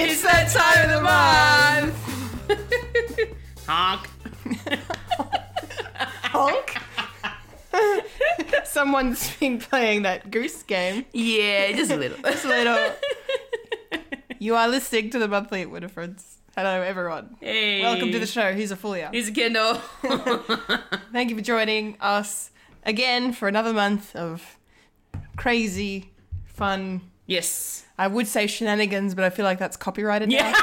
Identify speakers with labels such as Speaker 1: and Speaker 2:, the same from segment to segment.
Speaker 1: It's that time of the month.
Speaker 2: Honk.
Speaker 1: Honk. Someone's been playing that goose game.
Speaker 2: Yeah, just a little.
Speaker 1: Just a little. You are listening to the monthly at Winifred's. Hello, everyone.
Speaker 2: Hey.
Speaker 1: Welcome to the show. Here's a Fulia.
Speaker 2: Here's a Kendall.
Speaker 1: Thank you for joining us again for another month of crazy, fun.
Speaker 2: yes.
Speaker 1: I would say shenanigans, but I feel like that's copyrighted
Speaker 2: Yeah.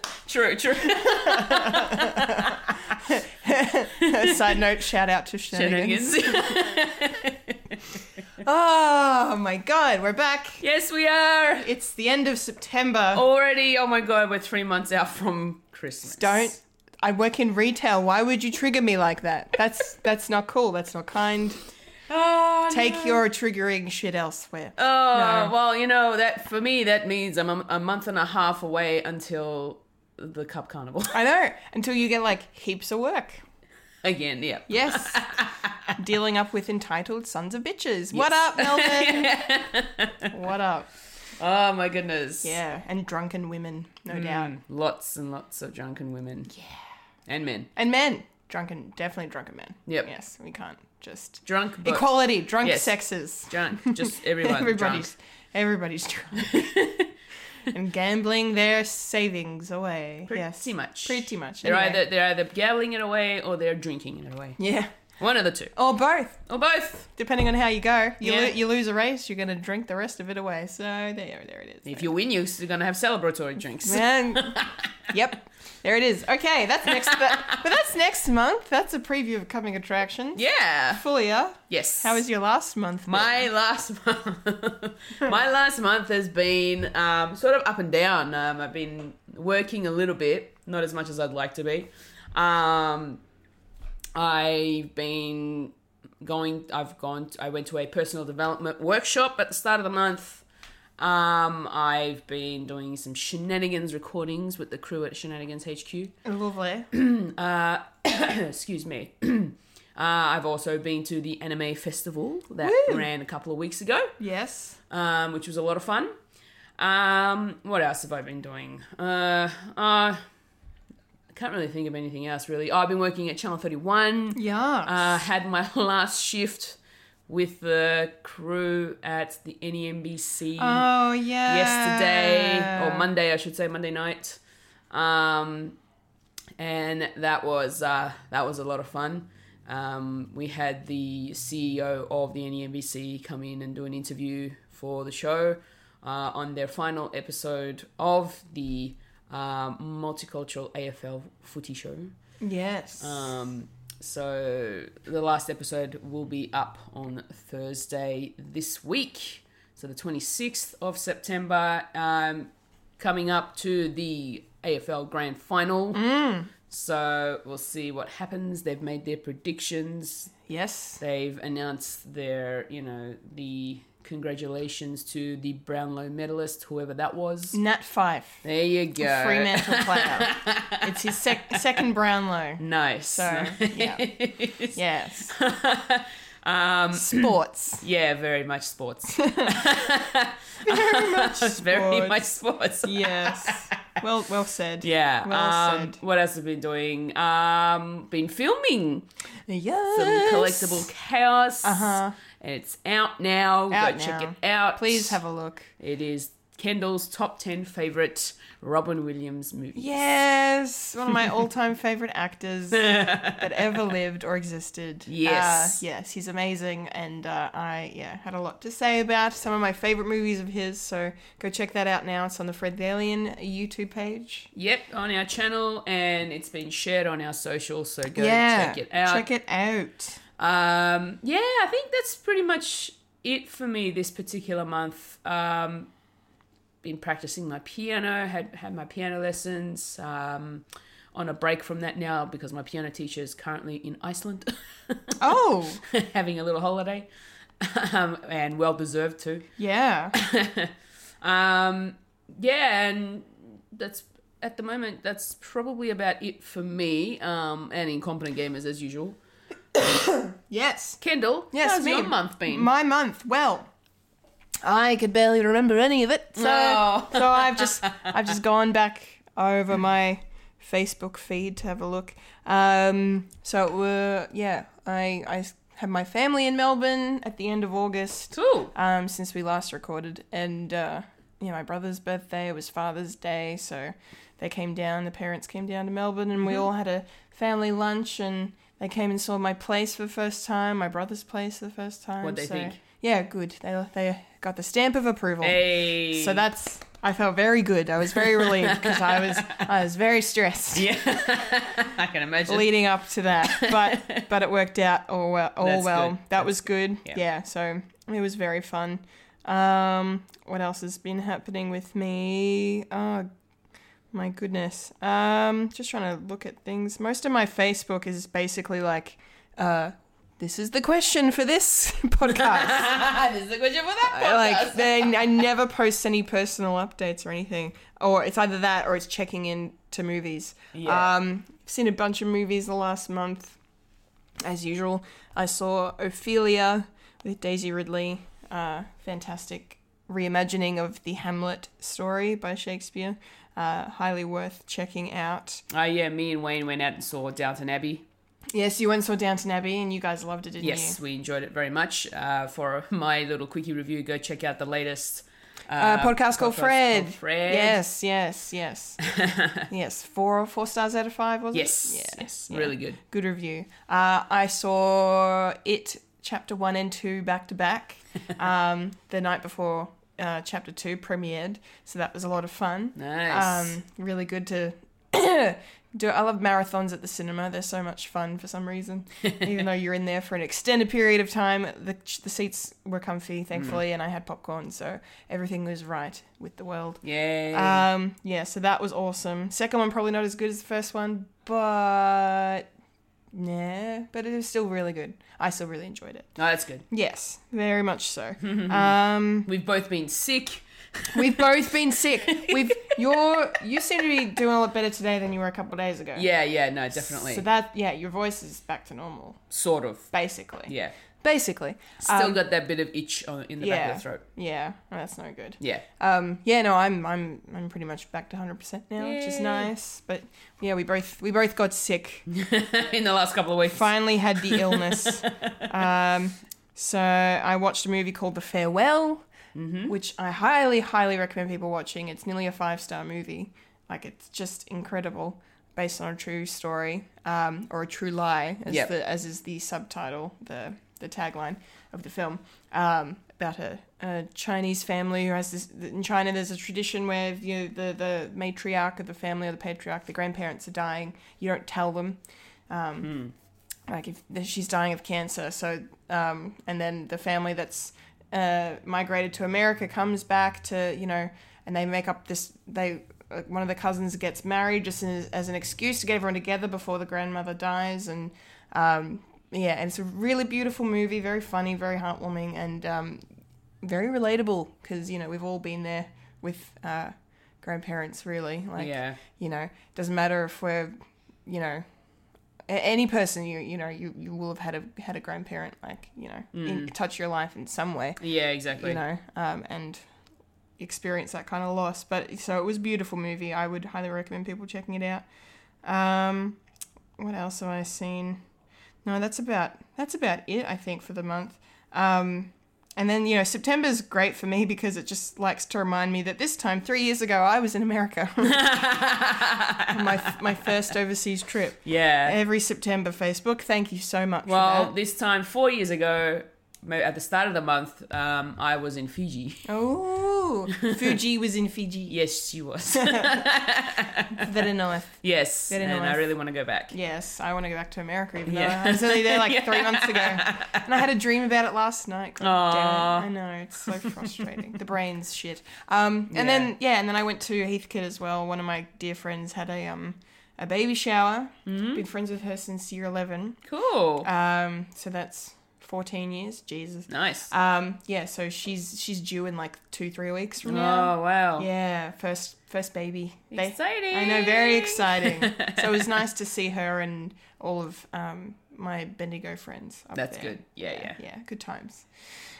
Speaker 2: True, true.
Speaker 1: now. Side note: shout out to shenanigans.
Speaker 2: yes,
Speaker 1: Oh my god, we're back.
Speaker 2: we are.
Speaker 1: It's the end of September.
Speaker 2: Already, oh my god, we're three months out from Christmas.
Speaker 1: Don't. I work in retail. Why would you trigger me like that? That's that's not cool. That's not kind.
Speaker 2: Oh,
Speaker 1: Take
Speaker 2: no.
Speaker 1: your triggering shit elsewhere.
Speaker 2: Oh,
Speaker 1: No.
Speaker 2: well, you know, that for me, that means I'm a, a month and a half away until the Cup Carnival.
Speaker 1: I know. Until you get like heaps of work.
Speaker 2: Again, yeah.
Speaker 1: Yes. Dealing up with entitled sons of bitches. What up, Melvin? what up?
Speaker 2: Oh my goodness. Hmm.
Speaker 1: Yeah. And drunken women, no
Speaker 2: Mm.
Speaker 1: doubt.
Speaker 2: Lots and lots of drunken women. Yeah. And men.
Speaker 1: And men. Drunken, definitely drunken men.
Speaker 2: Yep.
Speaker 1: Yes, we can't just.
Speaker 2: Drunk, but
Speaker 1: Equality, drunk
Speaker 2: Yes.
Speaker 1: sexes.
Speaker 2: drunk. Just everyone drunk.
Speaker 1: everybody's everybody's drunk and gambling their savings away.
Speaker 2: Pretty
Speaker 1: yes,
Speaker 2: much.
Speaker 1: pretty much.
Speaker 2: They're
Speaker 1: Anyway.
Speaker 2: either they're either gambling it away or they're drinking it away.
Speaker 1: yeah,
Speaker 2: One of the two,
Speaker 1: or both,
Speaker 2: or both.
Speaker 1: depending on how you go. You
Speaker 2: Yeah.
Speaker 1: lo- you lose a race, you're gonna drink the rest of it away. So there, there it is.
Speaker 2: If you win, you're still gonna have celebratory drinks.
Speaker 1: Man, yep, there it is. Okay, that's next, that, but that's next month. That's a preview of coming attractions.
Speaker 2: Yeah.
Speaker 1: Fulia,
Speaker 2: Yes.
Speaker 1: how was your last month? been?
Speaker 2: My last month, my last month has been um, sort of up and down. Um, I've been working a little bit, not as much as I'd like to be. Um, I've been going. I've gone. I went to a personal development workshop at the start of the month. Um, I've been doing some shenanigans recordings with the crew at Shenanigans HQ.
Speaker 1: lovely.
Speaker 2: Excuse me. uh, I've also been to the anime festival that
Speaker 1: Woo.
Speaker 2: ran a couple of weeks ago
Speaker 1: yes,
Speaker 2: um, which was a lot of fun. Um, what else have I been doing? Uh, uh, I can't really think of anything else really. Oh, I've been working at Channel 31.
Speaker 1: yeah.
Speaker 2: Uh, had my last shift with the crew at the E NEMBC
Speaker 1: oh yeah.
Speaker 2: yesterday or Monday, I should say, Monday night. Um, and that was uh, that was a lot of fun. Um, we had the CEO of the E NEMBC come in and do an interview for the show uh, on their final episode of the um multicultural AFL footy show.
Speaker 1: Yes.
Speaker 2: Um, so the last episode will be up on Thursday this week. So the 26th of September, um, coming up to the AFL Grand Final. So we'll see what happens. They've made their predictions.
Speaker 1: yes.
Speaker 2: They've announced their, you know, the congratulations to the Brownlow medalist, whoever that was.
Speaker 1: Nat Fife,
Speaker 2: There you go.
Speaker 1: Fremantle player. It's his sec- second Brownlow.
Speaker 2: Nice.
Speaker 1: So yeah,
Speaker 2: Nice.
Speaker 1: yes. Um, sports.
Speaker 2: Yeah, very much sports.
Speaker 1: Very much. Sports.
Speaker 2: very much sports.
Speaker 1: Yes. Well, well said.
Speaker 2: Yeah.
Speaker 1: Well
Speaker 2: um,
Speaker 1: said.
Speaker 2: What else have been doing? Um, been filming
Speaker 1: Yes.
Speaker 2: some collectible chaos.
Speaker 1: Uh-huh.
Speaker 2: It's out now.
Speaker 1: Out
Speaker 2: Go check
Speaker 1: now.
Speaker 2: it out.
Speaker 1: Please have a look.
Speaker 2: It is Kendall's top ten favorite Robin Williams movie.
Speaker 1: Yes, one of my all-time favorite actors that ever lived or existed.
Speaker 2: Yes.
Speaker 1: Uh, yes, he's amazing, and uh, I yeah had a lot to say about some of my favorite movies of his. So go check that out now. It's on the Fred Thalian YouTube page.
Speaker 2: Yep, on our channel, and it's been shared on our social. So go
Speaker 1: yeah,
Speaker 2: check it out.
Speaker 1: Check it out.
Speaker 2: Um, yeah, I think that's pretty much it for me this particular month. Um, been practicing my piano, had had my piano lessons. Um, on a break from that now because my piano teacher is currently in Iceland,
Speaker 1: Oh
Speaker 2: having a little holiday, um, and well deserved too.
Speaker 1: yeah,
Speaker 2: Um, yeah, and that's at the moment. That's probably about it for me. Um, and incompetent gamers as usual.
Speaker 1: yes,
Speaker 2: Kendall,
Speaker 1: yes.
Speaker 2: how's
Speaker 1: me.
Speaker 2: your month been?
Speaker 1: My month. Well, I could barely remember any of it. So,
Speaker 2: Oh.
Speaker 1: so I've just I've just gone back over my Facebook feed to have a look. Um, so it were yeah, I I s- had my family in Melbourne at the end of August
Speaker 2: Cool.
Speaker 1: um, since we last recorded. And uh, yeah, my brother's birthday was Father's Day, so they came down. The parents came down to Melbourne, and we
Speaker 2: Mm-hmm.
Speaker 1: all had a family lunch. And they came and saw my place for the first time, my brother's place for the first time.
Speaker 2: What'd they
Speaker 1: so-
Speaker 2: think?
Speaker 1: Yeah, good. They they got the stamp of approval.
Speaker 2: Hey.
Speaker 1: So that's I felt very good. I was very relieved because I was I was very stressed
Speaker 2: Yeah. I can imagine.
Speaker 1: leading up to that, but but it worked out all well. All
Speaker 2: That's
Speaker 1: well.
Speaker 2: good.
Speaker 1: That was good.
Speaker 2: Yeah.
Speaker 1: Yeah. so it was very fun. Um, what else has been happening with me? Oh, my goodness. Um, just trying to look at things. Most of my Facebook is basically like, uh, this is the question for this podcast.
Speaker 2: this is a question for that
Speaker 1: I, like
Speaker 2: podcast.
Speaker 1: then I never post any personal updates or anything. Or it's either that or it's checking in to movies.
Speaker 2: Yeah.
Speaker 1: Um seen a bunch of movies the last month. As usual. I saw Ophelia with Daisy Ridley. Uh fantastic reimagining of the Hamlet story by Shakespeare. Uh, highly worth checking out.
Speaker 2: Oh yeah, me and Wayne went out and saw Downton Abbey.
Speaker 1: Yes, you went and saw Downton Abbey and you guys loved it, didn't you?
Speaker 2: Yes, we enjoyed it very much. Uh, for my little quickie review, go check out the latest uh,
Speaker 1: uh, podcast called Fred.
Speaker 2: called Fred.
Speaker 1: Yes, yes, yes, yes. Four four stars out of five, was
Speaker 2: Yes.
Speaker 1: it?
Speaker 2: Yes.
Speaker 1: yeah.
Speaker 2: Really good.
Speaker 1: Good review. Uh, I saw it chapter one and two back to back um, the night before uh, chapter two premiered, so that was a lot of fun.
Speaker 2: Nice.
Speaker 1: Um, really good to do. I love marathons at the cinema. They're so much fun for some reason. Even though you're in there for an extended period of time, the the seats were comfy, thankfully, and I had popcorn, so everything was right with the world.
Speaker 2: Yay.
Speaker 1: Um, yeah, so that was awesome. Second one probably not as good as the first one, but nah, but it was still really good. I still really enjoyed it.
Speaker 2: oh, that's good.
Speaker 1: Yes, very much so. um,
Speaker 2: We've both been sick.
Speaker 1: We've both been sick. We've you're you seem to be doing a lot better today than you were a couple of days ago.
Speaker 2: Yeah, yeah, no, definitely.
Speaker 1: So that yeah, your voice is back to normal,
Speaker 2: sort of.
Speaker 1: basically.
Speaker 2: Yeah.
Speaker 1: Basically.
Speaker 2: Still
Speaker 1: Um,
Speaker 2: got that bit of itch on, in the back of the throat.
Speaker 1: Yeah. That's no good.
Speaker 2: Yeah.
Speaker 1: Um yeah, no, I'm I'm I'm pretty much back to 100% now, which is
Speaker 2: Yay.
Speaker 1: nice, but yeah, we both we both got sick.
Speaker 2: in the last couple of weeks.
Speaker 1: Finally had the illness. um so I watched a movie called The Farewell.
Speaker 2: Mm-hmm.
Speaker 1: which I highly, highly recommend people watching. It's nearly a five star movie. Like it's just incredible, based on a true story um, or a true lie, as,
Speaker 2: Yep.
Speaker 1: the, as is the subtitle, the the tagline of the film um, about a, a Chinese family who has this. In China, there's a tradition where you know, the the matriarch of the family or the patriarch, the grandparents are dying. You don't tell them Um,
Speaker 2: Mm.
Speaker 1: like if th- she's dying of cancer so um, and then the family that's uh, migrated to america comes back to you know and they make up this they uh, one of the cousins gets married just as, as an excuse to get everyone together before the grandmother dies and um, yeah and it's a really beautiful movie very funny very heartwarming and um, very relatable because you know we've all been there with uh, grandparents really like
Speaker 2: yeah.
Speaker 1: you know doesn't matter if we're you know a- any person you you know you, you will have had a had a grandparent like you know in, touch your life in some way
Speaker 2: Yeah, exactly.
Speaker 1: you know um, and experience that kind of loss but so it was a beautiful movie i would highly recommend people checking it out um, what else have i seen no that's about that's about it i think for the month um, and then you know september's great for me because it just likes to remind me that this time three years ago i was in america on my my first overseas trip.
Speaker 2: yeah.
Speaker 1: Every September, Facebook. Thank you so much.
Speaker 2: Uh, Well,
Speaker 1: for that.
Speaker 2: this time four years ago, ma- at the start of the month, um, I was in Fiji.
Speaker 1: oh, Fuji was in Fiji.
Speaker 2: Yes, she was.
Speaker 1: Very nice.
Speaker 2: yes,
Speaker 1: Very
Speaker 2: and I
Speaker 1: nice.
Speaker 2: really want to go back.
Speaker 1: Yes, I want to go back to America. Even
Speaker 2: Yeah.
Speaker 1: though I was only there like three months ago, and I had a dream about it last night. God
Speaker 2: Aw.
Speaker 1: damn it. I know it's so frustrating. the brain's shit. Um, and
Speaker 2: Yeah.
Speaker 1: then yeah, and then I went to Heathcote as well. One of my dear friends had a um a
Speaker 2: Mm-hmm. Oh.
Speaker 1: baby shower. Been friends with her since year eleven.
Speaker 2: Cool.
Speaker 1: Um, so that's 14 years. Jesus.
Speaker 2: Nice.
Speaker 1: Um, yeah, so she's she's due in like two three weeks
Speaker 2: Oh
Speaker 1: from now.
Speaker 2: wow.
Speaker 1: Yeah, first first baby. They-
Speaker 2: Exciting.
Speaker 1: I know, very exciting. so it was nice to see her and all of um, my Bendigo friends. Up
Speaker 2: That's
Speaker 1: there.
Speaker 2: good. Yeah, yeah.
Speaker 1: yeah, good times.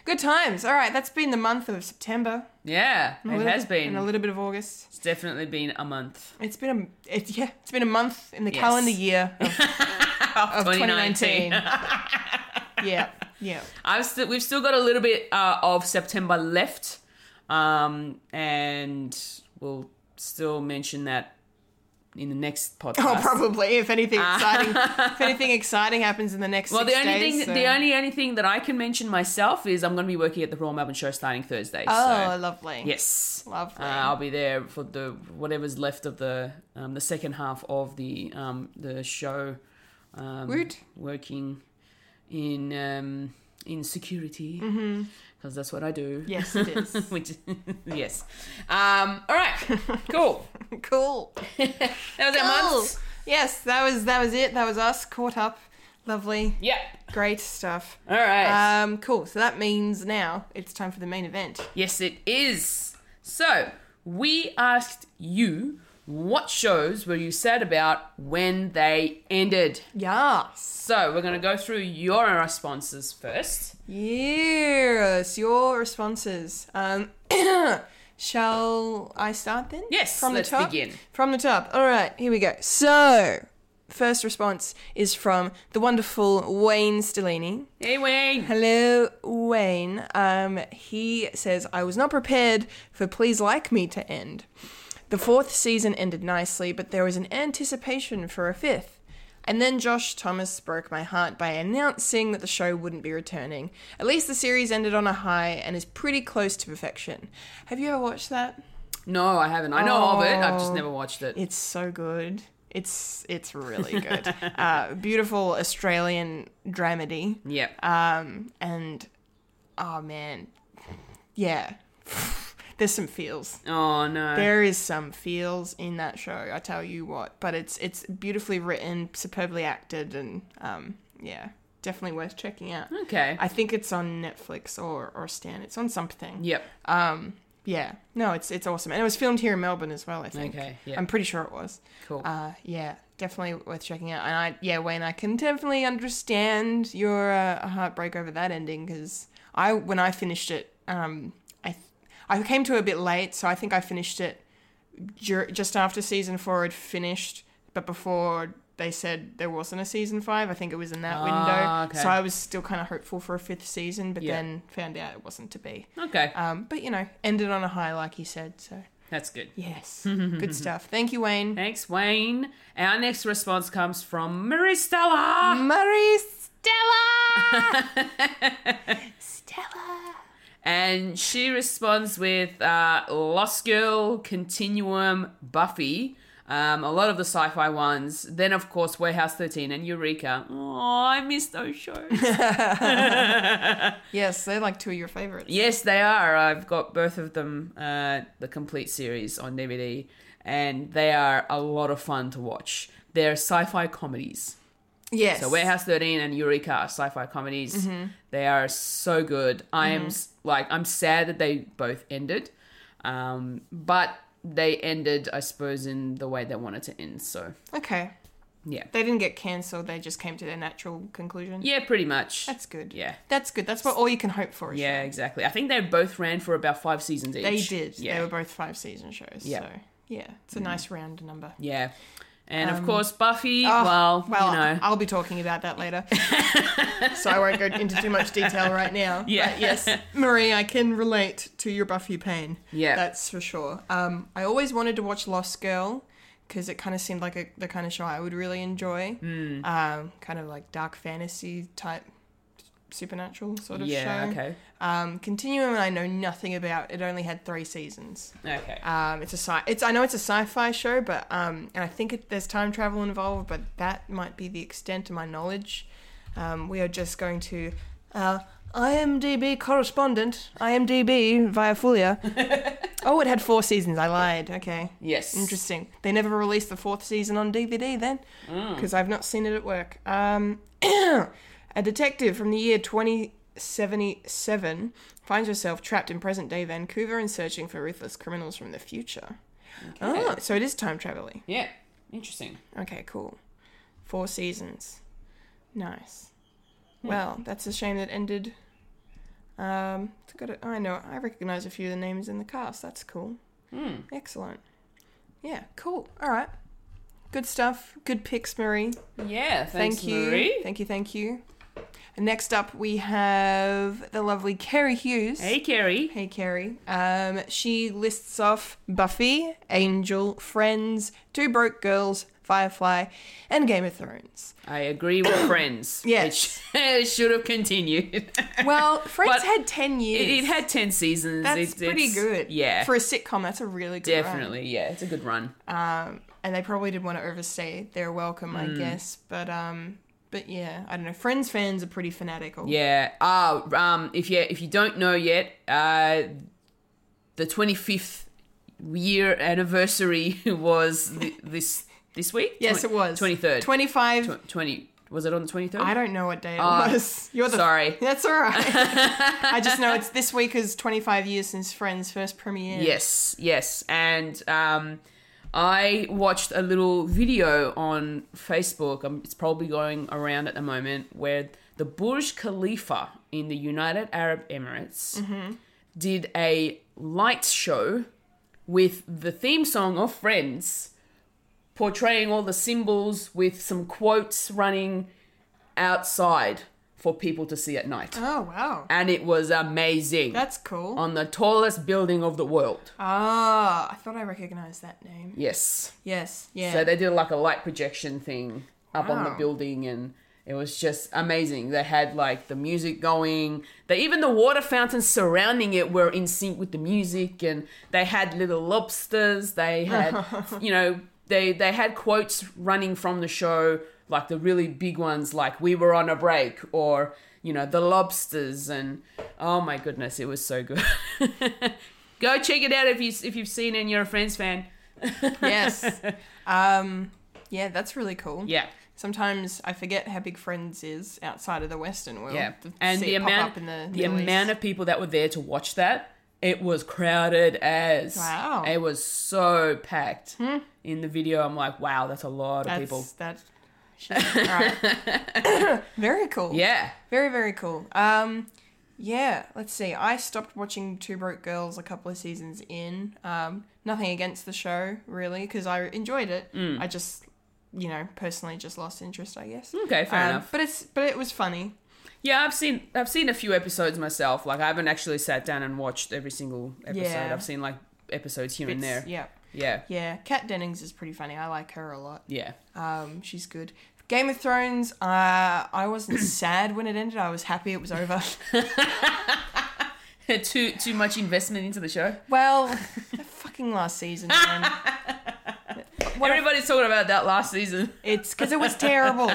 Speaker 1: Good times. All right, that's been the month of September.
Speaker 2: Yeah,
Speaker 1: and a
Speaker 2: it
Speaker 1: little-
Speaker 2: has been.
Speaker 1: and a little bit of August.
Speaker 2: It's definitely been a month.
Speaker 1: It's been a it, yeah, it's been a month in the
Speaker 2: Yes.
Speaker 1: calendar year of, of 2019.
Speaker 2: 2019.
Speaker 1: yeah, yeah.
Speaker 2: I've still we've still got a little bit uh, of September left, um, and we'll still mention that in the next podcast.
Speaker 1: Oh, probably if anything exciting, if anything exciting happens in the next.
Speaker 2: Ah. Well, the
Speaker 1: six
Speaker 2: only
Speaker 1: days,
Speaker 2: thing
Speaker 1: so-
Speaker 2: the only only thing that I can mention myself is I'm going to be working at the Royal Melbourne Show starting Thursday.
Speaker 1: Oh,
Speaker 2: so,
Speaker 1: lovely.
Speaker 2: yes.
Speaker 1: lovely.
Speaker 2: Uh, I'll be there for the whatever's left of the um, the second half of the um, the show. Um,
Speaker 1: Woot.
Speaker 2: Working in um, in security because that's what I do.
Speaker 1: Mm-hmm. yes, it is.
Speaker 2: Which yes. Um, all right. Cool.
Speaker 1: cool.
Speaker 2: That was our
Speaker 1: Cool.
Speaker 2: month.
Speaker 1: Yes, that was that was it. That was us caught up. Lovely,
Speaker 2: Yeah.
Speaker 1: great stuff.
Speaker 2: All right.
Speaker 1: Um, cool. So that means now it's time for the main event.
Speaker 2: yes, it is. So we asked you what shows were you sad about when they ended.
Speaker 1: Yes.
Speaker 2: So we're gonna go through your responses first.
Speaker 1: Yes, your responses. Um, shall I start then?
Speaker 2: Yes,
Speaker 1: from
Speaker 2: let's
Speaker 1: the top.
Speaker 2: begin.
Speaker 1: From the top. All right, here we go. So, first response is from the wonderful Wayne Stellini.
Speaker 2: Hey Wayne.
Speaker 1: Hello, Wayne. Um, he says, I was not prepared for Please Like Me to end. The fourth season ended nicely, but there was an anticipation for a fifth. And then Josh Thomas broke my heart by announcing that the show wouldn't be returning. At least the series ended on a high and is pretty close to perfection. Have you ever watched that?
Speaker 2: No, I haven't. I know of it. I've just
Speaker 1: Oh.
Speaker 2: never watched it.
Speaker 1: It's so good. It's it's really good. uh, beautiful Australian dramedy.
Speaker 2: Yeah.
Speaker 1: Um, and oh man, yeah, there's some feels.
Speaker 2: Oh no.
Speaker 1: There is some feels in that show. I tell you what, but it's it's beautifully written, superbly acted, and um, yeah, definitely worth checking out.
Speaker 2: okay.
Speaker 1: I think it's on Netflix or or Stan. It's on something.
Speaker 2: yep.
Speaker 1: Um, yeah, no, it's it's awesome, and it was filmed here in Melbourne as well. I think.
Speaker 2: Okay, yeah.
Speaker 1: I'm pretty sure it was.
Speaker 2: Cool.
Speaker 1: Uh, yeah, definitely worth checking out. And I, yeah, Wayne, I can definitely understand your uh, heartbreak over that ending because I, when I finished it, um, I, th- I came to it a bit late, so I think I finished it dur- just after season four had finished, but before they said there wasn't a season five. I think it was in that
Speaker 2: Ah,
Speaker 1: window,
Speaker 2: okay.
Speaker 1: so I was still kind of hopeful for a fifth season, but
Speaker 2: Yeah.
Speaker 1: then found out it wasn't to be.
Speaker 2: okay.
Speaker 1: Um, but you know, ended on a high, like you said. So
Speaker 2: That's good.
Speaker 1: yes, good stuff. Thank you, Wayne.
Speaker 2: Thanks, Wayne. Our next response comes from Marie Stella.
Speaker 1: Marie Stella. Stella.
Speaker 2: And she responds with uh, Lost Girl, Continuum, Buffy, um, a lot of the sci fi ones. Then, of course, Warehouse 13 and Eureka. Oh, I miss those shows.
Speaker 1: Yes, they're like two of your favorites.
Speaker 2: Yes, they are. I've got both of them, uh, the complete series on DVD, and they are a lot of fun to watch. They're sci fi comedies.
Speaker 1: Yes. Mm-hmm.
Speaker 2: So Warehouse 13 and Eureka are sci-fi comedies. They are so good. I am s- like I'm sad that they both ended, um, but they ended, I suppose, in the way they wanted to end. So
Speaker 1: Okay.
Speaker 2: yeah,
Speaker 1: They didn't get cancelled. They just came to their natural conclusion.
Speaker 2: yeah, pretty much.
Speaker 1: That's good.
Speaker 2: yeah,
Speaker 1: That's good. That's what all you can hope for. is
Speaker 2: yeah, exactly. I think they both ran for about five seasons each.
Speaker 1: They did.
Speaker 2: Yeah,
Speaker 1: They were both five season shows.
Speaker 2: Yeah. Mm.
Speaker 1: So yeah, it's a nice round number.
Speaker 2: yeah. And of course, Buffy.
Speaker 1: Um, Oh,
Speaker 2: well,
Speaker 1: well,
Speaker 2: you know,
Speaker 1: I'll be talking about that later, so I won't go into too much detail right now.
Speaker 2: Yeah.
Speaker 1: but yes, Marie, I can relate to your Buffy pain.
Speaker 2: Yeah.
Speaker 1: that's for sure. Um, I always wanted to watch Lost Girl because it kind of seemed like a, the kind of show I would really enjoy.
Speaker 2: Mm.
Speaker 1: Um, kind of like dark fantasy type, supernatural sort of
Speaker 2: yeah.
Speaker 1: show.
Speaker 2: Okay.
Speaker 1: Um, Continuum, I know nothing about. It only had three seasons.
Speaker 2: Okay.
Speaker 1: Um, it's a sci. It's I know it's a sci-fi show, but um, and I think it, there's time travel involved, but that might be the extent of my knowledge. Um, we are just going to uh, IMDb correspondent IMDb via Fulia. oh, it had four seasons. I lied. Okay,
Speaker 2: yes.
Speaker 1: interesting. They never
Speaker 2: Mm,
Speaker 1: released the fourth season on DVD then, because I've not seen it at work. Um, A detective from the year 2077 finds herself trapped in present day Vancouver and searching for ruthless criminals from the future. Oh, so it is time traveling.
Speaker 2: Yeah. Interesting.
Speaker 1: Okay, cool. Four seasons. Nice. Well, that's a shame that ended. Um, it's got a, I know, I recognize a few of the names in the cast. That's cool.
Speaker 2: Hmm.
Speaker 1: Excellent. Yeah, cool. All right. Good stuff. Good picks, Marie.
Speaker 2: Yeah. Thanks,
Speaker 1: Thank you.
Speaker 2: Marie.
Speaker 1: Thank you, thank you. And next up, we have the lovely Kerry Hughes.
Speaker 2: Hey, Kerry.
Speaker 1: Hey, Kerry. Um, she lists off Buffy, Angel, Friends, Two Broke Girls, Firefly, and Game of Thrones.
Speaker 2: I agree with friends.
Speaker 1: Yes.
Speaker 2: It should have continued.
Speaker 1: Well, Friends
Speaker 2: But
Speaker 1: had 10 years.
Speaker 2: It, it had 10 seasons.
Speaker 1: That's
Speaker 2: It's-
Speaker 1: pretty
Speaker 2: it's-
Speaker 1: good.
Speaker 2: Yeah.
Speaker 1: For a sitcom, that's a really good run.
Speaker 2: definitely. Yeah. It's a good run.
Speaker 1: Um, and they probably didn't want to overstay their welcome, I
Speaker 2: Hmm.
Speaker 1: guess. But um, but yeah, I don't know. Friends fans are pretty fanatical.
Speaker 2: Yeah. Ah, um, if you if you don't know yet, uh, the 25th year anniversary was th- this this week.
Speaker 1: Yes, it was.
Speaker 2: 23rd.
Speaker 1: 25.
Speaker 2: 20 was it on the 23rd?
Speaker 1: I don't know what day it
Speaker 2: Ah,
Speaker 1: was. You're the
Speaker 2: sorry.
Speaker 1: That's all right. I just know it's this week is 25 years since Friends first premiere.
Speaker 2: Yes, yes. And um, I watched a little video on Facebook. Um, it's probably going around at the moment where the Burj Khalifa in the United Arab Emirates did a light show with the theme song of Friends, portraying all the symbols with some quotes running outside for people to see at night.
Speaker 1: Oh wow,
Speaker 2: And Uh, it was amazing.
Speaker 1: that's cool.
Speaker 2: on the tallest building of the world.
Speaker 1: Ah, I thought I recognized that name.
Speaker 2: Yes.
Speaker 1: Yes, yeah.
Speaker 2: So they did like a light projection thing up on the
Speaker 1: Wow.
Speaker 2: building and it was just amazing. They had like the music going. They even the water fountains surrounding it were in sync with the music and they had little lobsters. They had you know, they they had quotes running from the show like the really big ones like we were on a break or you know, the lobsters and oh my goodness, it was so good. Go check it out if you if you've seen it and you're a Friends fan.
Speaker 1: yes. Um, yeah, that's really cool.
Speaker 2: Yeah.
Speaker 1: Sometimes I forget how big Friends is outside of Oh, the Western world.
Speaker 2: Yeah,
Speaker 1: To
Speaker 2: and
Speaker 1: see
Speaker 2: the
Speaker 1: it pop
Speaker 2: amount
Speaker 1: up in the,
Speaker 2: the
Speaker 1: Middle
Speaker 2: amount
Speaker 1: East.
Speaker 2: of people that were there to watch that, it was crowded as
Speaker 1: Wow. Hmm.
Speaker 2: It was so packed in the video. I'm like, wow, that's a lot of
Speaker 1: that's,
Speaker 2: people.
Speaker 1: That. Alright. very cool.
Speaker 2: Yeah,
Speaker 1: Very very cool. Um, yeah. Let's see. I stopped watching Two Broke Girls a couple of seasons in. Um, nothing against the show really, because I enjoyed it.
Speaker 2: Mm.
Speaker 1: I just, you know, personally just lost interest. I guess.
Speaker 2: okay, fair
Speaker 1: Um,
Speaker 2: enough.
Speaker 1: But it's but it was funny.
Speaker 2: Yeah, I've seen I've seen a few episodes myself. Like I haven't actually sat down and watched every single episode.
Speaker 1: Yeah.
Speaker 2: I've seen like episodes here and
Speaker 1: It's-
Speaker 2: there.
Speaker 1: Yeah.
Speaker 2: Yeah,
Speaker 1: Yeah. Kat Dennings is pretty funny. I like her a lot.
Speaker 2: yeah.
Speaker 1: Um, she's good. Game of Thrones, uh, I wasn't sad when it ended. I was happy it was over.
Speaker 2: too too much investment into the show.
Speaker 1: Well, the fucking last season, man. What a-
Speaker 2: Everybody's talking about that last season.
Speaker 1: It's because it was terrible.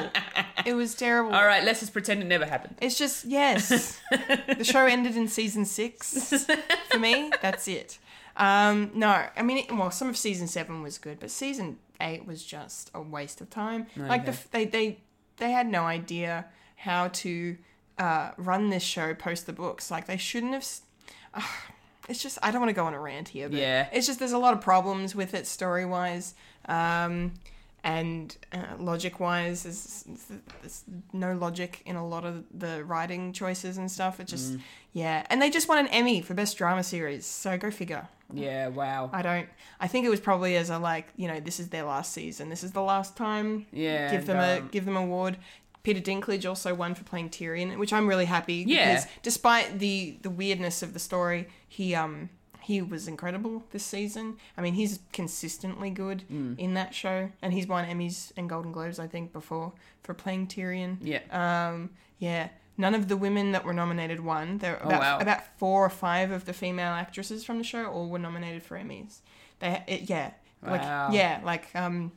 Speaker 1: It was terrible.
Speaker 2: All right, let's just pretend it never happened.
Speaker 1: It's just yes. the show ended in season six. For me, that's it. Um, no, I mean, well, some of season seven was good, but season eight was just a waste of time. Like the,
Speaker 2: Okay.
Speaker 1: f- they they they had no idea how to uh, run this show post the books. Like they shouldn't have. s it's just I don't want to go on a rant here, but
Speaker 2: Yeah.
Speaker 1: it's just there's a lot of problems with it story wise, um, and uh, logic wise. There's, there's no logic in a lot of the writing choices and stuff. It just yeah, and they just won an Emmy for best drama series, so go figure.
Speaker 2: Yeah, wow.
Speaker 1: I don't. I think it was probably as a like you know this is their last season. This is the last time.
Speaker 2: Yeah,
Speaker 1: Give them
Speaker 2: and,
Speaker 1: a
Speaker 2: um,
Speaker 1: give them an award. Peter Dinklage also won for playing Tyrion, which I'm really happy.
Speaker 2: Yeah.
Speaker 1: Because despite the the weirdness of the story, he um he was incredible this season. I mean, he's consistently good
Speaker 2: Mm.
Speaker 1: in that show, and he's won Emmys and Golden Globes I think before for playing Tyrion.
Speaker 2: Yeah.
Speaker 1: Um, yeah. None of the women that were nominated won. There were
Speaker 2: Oh,
Speaker 1: about,
Speaker 2: wow.
Speaker 1: about four or five of the female actresses from the show all were nominated for Emmys. They, it, yeah,
Speaker 2: Wow.
Speaker 1: like yeah, like um,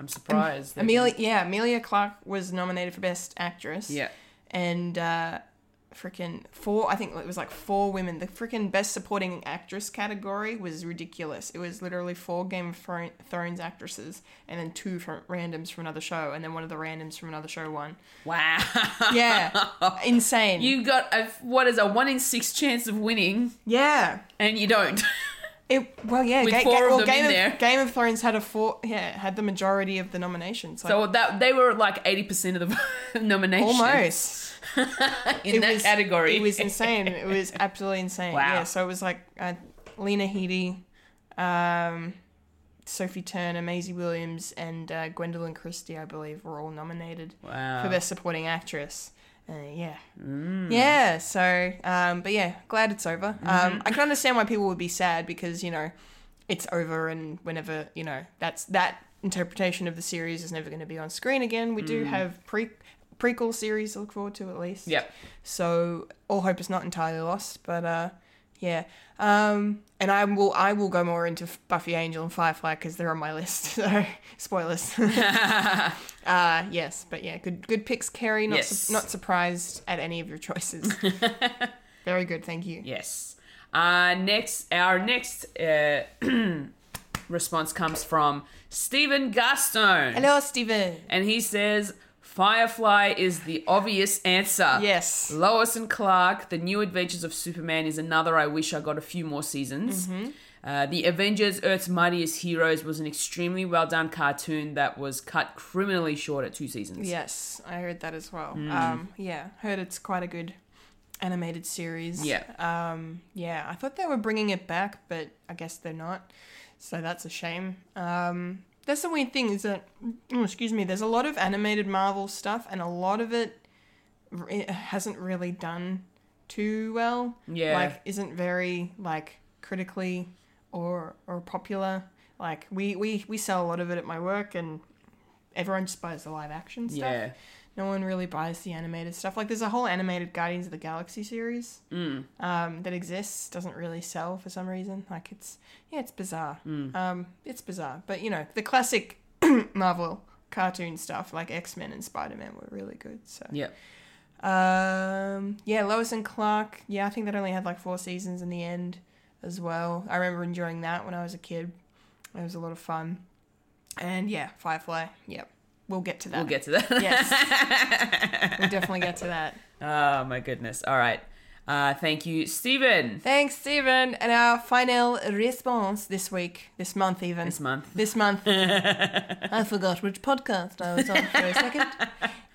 Speaker 2: I'm surprised. that-
Speaker 1: Amelia, yeah, Amelia Clark was nominated for Best Actress.
Speaker 2: Yeah.
Speaker 1: and uh, freaking four. I think it was like four women. The freaking best supporting actress category was ridiculous. It was literally four Game of Thro- Thrones actresses, and then two from randoms from another show, and then one of the randoms from another show won.
Speaker 2: Wow.
Speaker 1: Yeah, insane.
Speaker 2: You got a what is a one in six chance of winning,
Speaker 1: yeah.
Speaker 2: and you don't.
Speaker 1: It well yeah.
Speaker 2: With four of
Speaker 1: well,
Speaker 2: them
Speaker 1: Game
Speaker 2: in
Speaker 1: of,
Speaker 2: there.
Speaker 1: Game of Thrones had a four. Yeah, had the majority of the nominations. Like,
Speaker 2: so that they were like eighty percent of the nomination
Speaker 1: almost
Speaker 2: in that
Speaker 1: was,
Speaker 2: category.
Speaker 1: It was insane. It was absolutely insane.
Speaker 2: Wow.
Speaker 1: Yeah. So it was like uh, Lena Headey, um, Sophie Turner, Maisie Williams, and uh, Gwendolyn Christie, I believe, were all nominated
Speaker 2: wow.
Speaker 1: for best supporting actress. Uh, yeah, yeah. So, um, but yeah, glad it's over. Um, I can understand why people would be sad because you know it's over, and whenever you know that's that interpretation of the series is never going to be on screen again. We do have pre prequel series to look forward to at least.
Speaker 2: Yep.
Speaker 1: So all hope is not entirely lost, but uh, yeah. Um, and I will I will go more into Buffy Angel and Firefly because they're on my list. So spoilers. uh, yes, but yeah, good good picks, Carrie. Not
Speaker 2: Yes.
Speaker 1: su- not surprised at any of your choices. Very good, thank you.
Speaker 2: Yes. Uh, next, our next uh, response comes from Stephen Garstone,
Speaker 1: Hello, Steven.
Speaker 2: and he says Firefly is the obvious answer.
Speaker 1: Yes.
Speaker 2: Lois and Clark, The New Adventures of Superman is another I wish I got a few more seasons.
Speaker 1: Mm-hmm.
Speaker 2: Uh, the Avengers Earth's Mightiest Heroes was an extremely well done cartoon that was cut criminally short at two seasons.
Speaker 1: Yes, I heard that as well. Um, yeah, heard it's quite a good animated series.
Speaker 2: Yeah.
Speaker 1: Um, yeah, I thought they were bringing it back, but I guess they're not. So that's a shame. Um, that's the weird thing is that, oh, excuse me, there's a lot of animated Marvel stuff, and a lot of it, r- it hasn't really done too well.
Speaker 2: Yeah.
Speaker 1: Like, isn't very like critically or or popular. Like we we we sell a lot of it at my work, and everyone just buys the live action stuff.
Speaker 2: Yeah.
Speaker 1: No one really buys the animated stuff. Like there's a whole animated Guardians of the Galaxy series
Speaker 2: Mm.
Speaker 1: um, that exists. Doesn't really sell for some reason. Like it's yeah, it's bizarre.
Speaker 2: Mm.
Speaker 1: Um, it's bizarre. But you know the classic Marvel cartoon stuff like X Men and Spider Man were really good. So
Speaker 2: Yep.
Speaker 1: um, yeah, Lois and Clark. Yeah, I think that only had like four seasons in the end as well. I remember enjoying that when I was a kid. It was a lot of fun. And yeah, Firefly. Yep, we'll get to that.
Speaker 2: We'll get to that.
Speaker 1: Yes. we'll definitely get to that.
Speaker 2: Oh, my goodness. All right. Uh, thank you, Stephen.
Speaker 1: Thanks, Stephen. And our final response this week, this month even.
Speaker 2: This month.
Speaker 1: This month. I forgot which podcast I was on for a second.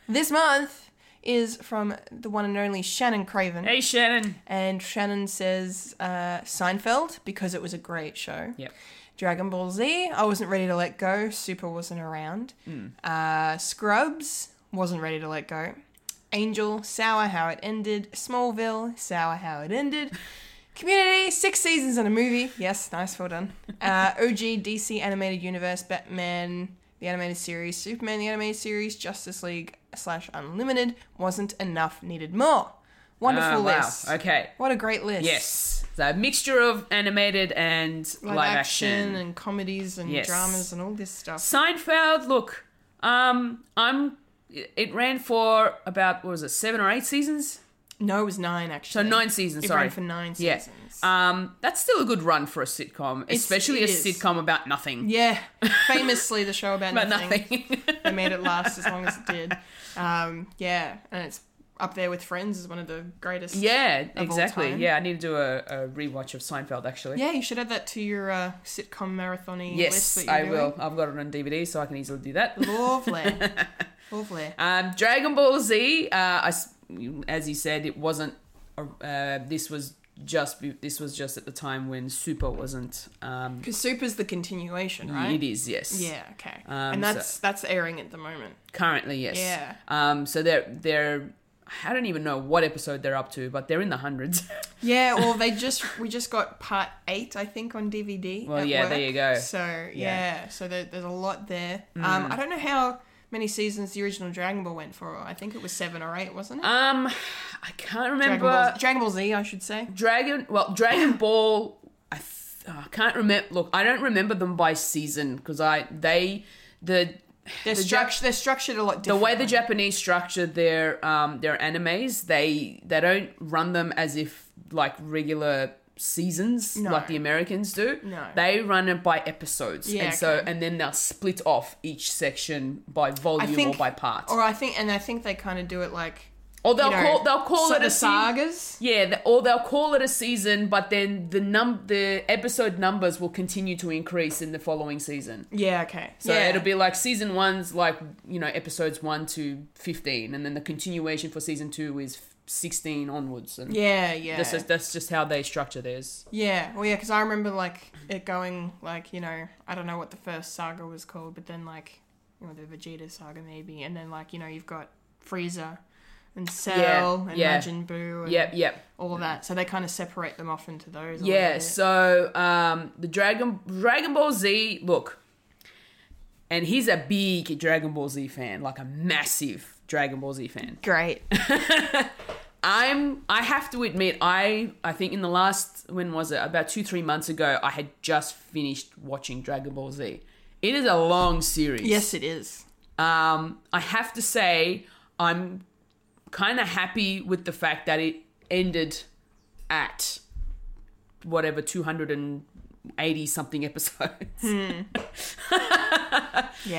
Speaker 1: This month is from the one and only Shannon Craven.
Speaker 2: Hey, Shannon.
Speaker 1: And Shannon says uh, Seinfeld because it was a great show.
Speaker 2: Yep.
Speaker 1: Dragon Ball Z, I wasn't ready to let go. Super wasn't around.
Speaker 2: Hmm.
Speaker 1: Uh, Scrubs, wasn't ready to let go. Angel, sour how it ended. Smallville, sour how it ended. Community, six seasons and a movie. Yes, nice, well done. Uh, OG, DC Animated Universe, Batman, the animated series, Superman, the animated series, Justice League slash Unlimited. Wasn't enough, needed more. Wonderful
Speaker 2: Oh, wow.
Speaker 1: list.
Speaker 2: Okay.
Speaker 1: What a great list.
Speaker 2: Yes. So a mixture of animated and live,
Speaker 1: Live, action,
Speaker 2: action.
Speaker 1: and comedies and
Speaker 2: Yes.
Speaker 1: dramas and all this stuff.
Speaker 2: Seinfeld, look, um, I'm. It ran for about what was it, seven or eight seasons?
Speaker 1: No, it was nine actually.
Speaker 2: So nine seasons.
Speaker 1: It
Speaker 2: sorry,
Speaker 1: ran for nine
Speaker 2: Yeah.
Speaker 1: seasons.
Speaker 2: Um, that's still a good run for a sitcom, especially
Speaker 1: it
Speaker 2: a
Speaker 1: is.
Speaker 2: sitcom about nothing.
Speaker 1: Yeah, famously the show about,
Speaker 2: About
Speaker 1: nothing.
Speaker 2: nothing.
Speaker 1: they made it last as long as it did. Um, yeah, and it's up there with Friends is one of the greatest.
Speaker 2: yeah,
Speaker 1: all
Speaker 2: exactly.
Speaker 1: time.
Speaker 2: Yeah, I need to do a, a rewatch of Seinfeld actually.
Speaker 1: Yeah, you should add that to your uh, sitcom marathon list
Speaker 2: Yes,
Speaker 1: that you're
Speaker 2: I
Speaker 1: doing.
Speaker 2: will. I've got it on DVD, so I can easily do that.
Speaker 1: Lovely, lovely.
Speaker 2: Um, Dragon Ball Z, uh, I s as you said, it wasn't. Uh, this was just. be- This was just at the time when Super wasn't. Um,
Speaker 1: Because Super's the continuation, right?
Speaker 2: It is yes.
Speaker 1: Yeah. Okay.
Speaker 2: Um,
Speaker 1: and that's that's airing at the moment.
Speaker 2: Currently yes.
Speaker 1: Yeah.
Speaker 2: Um. So they're they're. I don't even know what episode they're up to, but they're in the hundreds.
Speaker 1: Yeah, well, they just we just got part eight, I think, on DVD.
Speaker 2: Well,
Speaker 1: at
Speaker 2: yeah, Mm. there
Speaker 1: work.
Speaker 2: you go.
Speaker 1: So yeah, so there, there's a lot there. Um, I don't know how many seasons the original Dragon Ball went for. I think it was seven or eight, wasn't it?
Speaker 2: um, I
Speaker 1: Dragon,
Speaker 2: can't remember.
Speaker 1: Ball, Dragon Ball Z, I should say.
Speaker 2: Dragon, well, Dragon Ball. I, th- oh, I can't remember. Look, I don't remember them by season because I they the
Speaker 1: They're,
Speaker 2: The Jap-
Speaker 1: struct- they're structured a lot
Speaker 2: the
Speaker 1: differently.
Speaker 2: way the Japanese structure their um, their animes, they they don't run them as if like regular seasons
Speaker 1: No.
Speaker 2: like the Americans do.
Speaker 1: No.
Speaker 2: They run it by episodes.
Speaker 1: Yeah,
Speaker 2: and so
Speaker 1: okay.
Speaker 2: and then they'll split off each section by volume
Speaker 1: think-
Speaker 2: or by part.
Speaker 1: Or I think, and I think they kind of do it like.
Speaker 2: Or they'll
Speaker 1: you know,
Speaker 2: call they'll call
Speaker 1: so
Speaker 2: it
Speaker 1: the
Speaker 2: a saga.
Speaker 1: sagas.
Speaker 2: Yeah, the, or they'll call it a season, but then the num the episode numbers will continue to increase in the following season.
Speaker 1: Yeah. Okay.
Speaker 2: So
Speaker 1: yeah.
Speaker 2: it'll be like season one's like you know episodes one to fifteen, and then the continuation for season two is sixteen onwards. And
Speaker 1: Yeah. Yeah.
Speaker 2: that's just, that's just how they structure theirs.
Speaker 1: Yeah, well, yeah, because I remember like it going like you know I don't know what the first saga was called, but then like you know the Vegeta saga maybe, and then like you know you've got Frieza and Cell and
Speaker 2: yeah.
Speaker 1: Majin Buu and
Speaker 2: Yep, yep,
Speaker 1: all that, so they kind of separate them off into those. a little
Speaker 2: yeah.
Speaker 1: bit.
Speaker 2: So um, the Dragon Dragon Ball Z look, and he's a big Dragon Ball Z fan, like a massive Dragon Ball Z fan.
Speaker 1: great.
Speaker 2: I'm I have to admit I I think in the last when was it about 2 3 months ago I had just finished watching Dragon Ball Z. It is a long series.
Speaker 1: yes, it is.
Speaker 2: Um I have to say I'm kind of happy with the fact that it ended at whatever 280 something episodes.
Speaker 1: Yeah,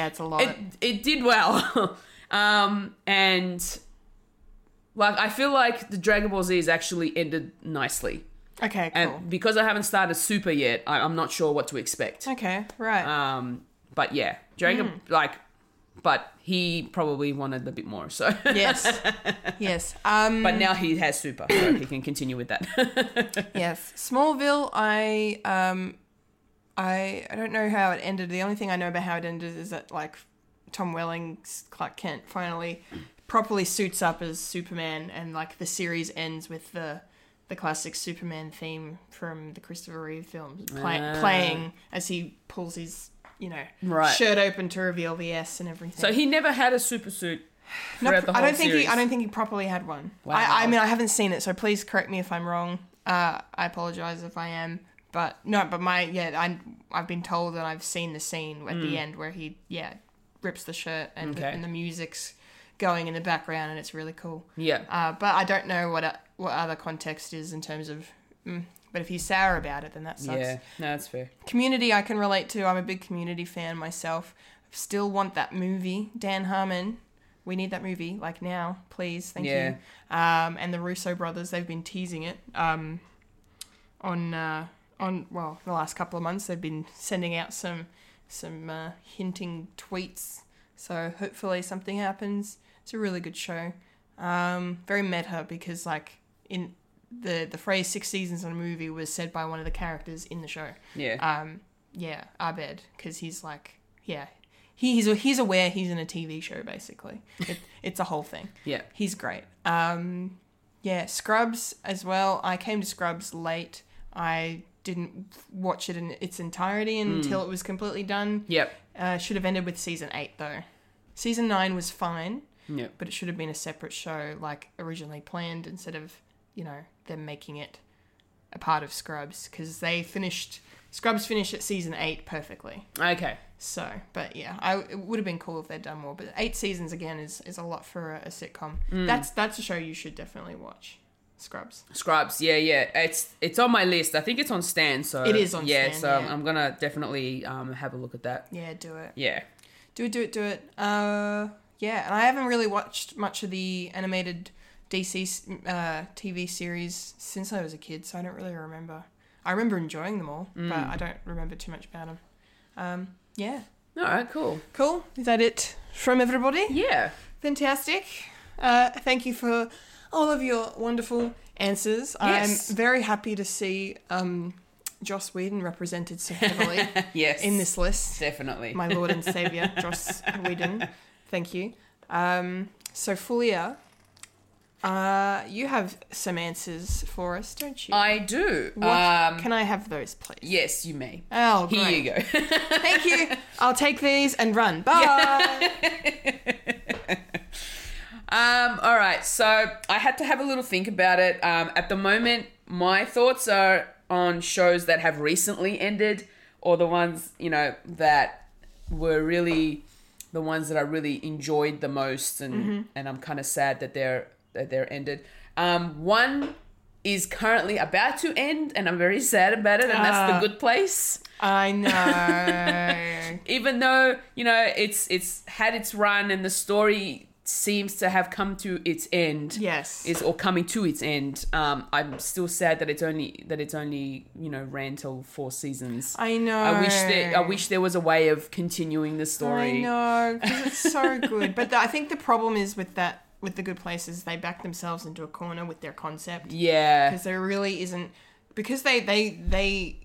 Speaker 1: it's a lot.
Speaker 2: it, it did well. um, and like I feel like the Dragon Ball Z has actually ended nicely.
Speaker 1: okay,
Speaker 2: And
Speaker 1: cool.
Speaker 2: because I haven't started Super yet, I, I'm not sure what to expect.
Speaker 1: okay, Hmm. right.
Speaker 2: Um, but yeah, Dragon like, but he probably wanted a bit more. So,
Speaker 1: yes, yes. Um,
Speaker 2: but now he has Super, so he can continue with that.
Speaker 1: yes, Smallville. I um, I I don't know how it ended. The only thing I know about how it ended is that like Tom Welling's Clark Kent finally properly suits up as Superman, and like the series ends with the the classic Superman theme from the Christopher Reeve films play,
Speaker 2: Ah.
Speaker 1: playing as he pulls his you know
Speaker 2: Right.
Speaker 1: shirt open to reveal the S and everything.
Speaker 2: so he never had a super suit.
Speaker 1: Not
Speaker 2: throughout
Speaker 1: pr-
Speaker 2: the
Speaker 1: I
Speaker 2: whole
Speaker 1: don't think he.
Speaker 2: series.
Speaker 1: I don't think he properly had one.
Speaker 2: Wow.
Speaker 1: I, I mean, I haven't seen it, so please correct me if I'm wrong. Uh, I apologize if I am. But no, but my yeah, I I've been told and I've seen the scene at the end where he yeah rips the shirt and the,
Speaker 2: Hmm. Okay.
Speaker 1: and the music's going in the background and it's really cool.
Speaker 2: Yeah.
Speaker 1: Uh, but I don't know what o- what other context is in terms of. Mm, but if he's sour about it, then that sucks.
Speaker 2: Yeah. No, that's fair.
Speaker 1: Community, I can relate to. I'm a big community fan myself. Still want that movie. Dan Harmon, we need that movie like now, please. Thank
Speaker 2: Yeah.
Speaker 1: you. Um, and the Russo brothers, they've been teasing it. Um, on uh, on well, the last couple of months, they've been sending out some some uh, hinting tweets. So hopefully something happens. It's a really good show. Um, very meta because like in the the phrase six seasons on a movie was said by one of the characters in the show
Speaker 2: Yeah.
Speaker 1: um yeah abed because he's like yeah he, he's he's aware he's in a tv show basically it, it's a whole thing
Speaker 2: yeah.
Speaker 1: he's great um yeah scrubs as well i came to scrubs late i didn't watch it in its entirety until it was completely done
Speaker 2: Yep.
Speaker 1: uh, should have ended with season eight though season nine was fine
Speaker 2: Yep.
Speaker 1: but it should have been a separate show like originally planned instead of you know them making it a part of scrubs because they finished scrubs finished at season eight perfectly
Speaker 2: Okay.
Speaker 1: so but yeah i it would have been cool if they'd done more but eight seasons again is is a lot for a, a sitcom that's that's a show you should definitely watch scrubs
Speaker 2: Scrubs, yeah, yeah. It's it's on my list. I think it's on Stan, so
Speaker 1: It is on
Speaker 2: yeah,
Speaker 1: Stan,
Speaker 2: so
Speaker 1: yeah.
Speaker 2: I'm gonna definitely um have a look at that.
Speaker 1: yeah do it
Speaker 2: Yeah.
Speaker 1: do it do it do it uh yeah and i haven't really watched much of the animated dc s- uh, tv series since i was a kid so i don't really remember i remember enjoying them all but
Speaker 2: Mm.
Speaker 1: i don't remember too much about them um yeah
Speaker 2: All right, cool.
Speaker 1: cool is that it from everybody
Speaker 2: Yeah.
Speaker 1: fantastic uh thank you for all of your wonderful answers
Speaker 2: Yes.
Speaker 1: i'm very happy to see um joss whedon represented so heavily
Speaker 2: yes.
Speaker 1: in this list
Speaker 2: definitely.
Speaker 1: my Lord and Savior, Joss Whedon. Thank you. Um, so, Fulia, uh, you have some answers for us, don't you?
Speaker 2: I do.
Speaker 1: What-
Speaker 2: Uh, Um
Speaker 1: can I have those, please?
Speaker 2: yes, you may.
Speaker 1: Oh,
Speaker 2: Here
Speaker 1: great.
Speaker 2: you go.
Speaker 1: Thank you. I'll take these and run. Bye.
Speaker 2: um all right. So, I had to have a little think about it. Um at the moment, my thoughts are on shows that have recently ended or the ones, you know, that were really the ones that I really enjoyed the most, and
Speaker 1: Mm-hmm.
Speaker 2: and I'm kind of sad that they're that they're ended. Um, one is currently about to end, and I'm very sad about it, and that's
Speaker 1: Ah.
Speaker 2: the Good Place.
Speaker 1: I know.
Speaker 2: Even though you know it's it's had its run, and the story seems to have come to its end.
Speaker 1: yes.
Speaker 2: Is or coming to its end. Um, I'm still sad that it's only that it's only you know ran till four seasons.
Speaker 1: I know.
Speaker 2: I wish there I wish there was a way of continuing the
Speaker 1: I
Speaker 2: story.
Speaker 1: know because it's so good. But the, I think the problem is with that with the good places they back themselves into a corner with their concept
Speaker 2: Yeah.
Speaker 1: because there really isn't because they they they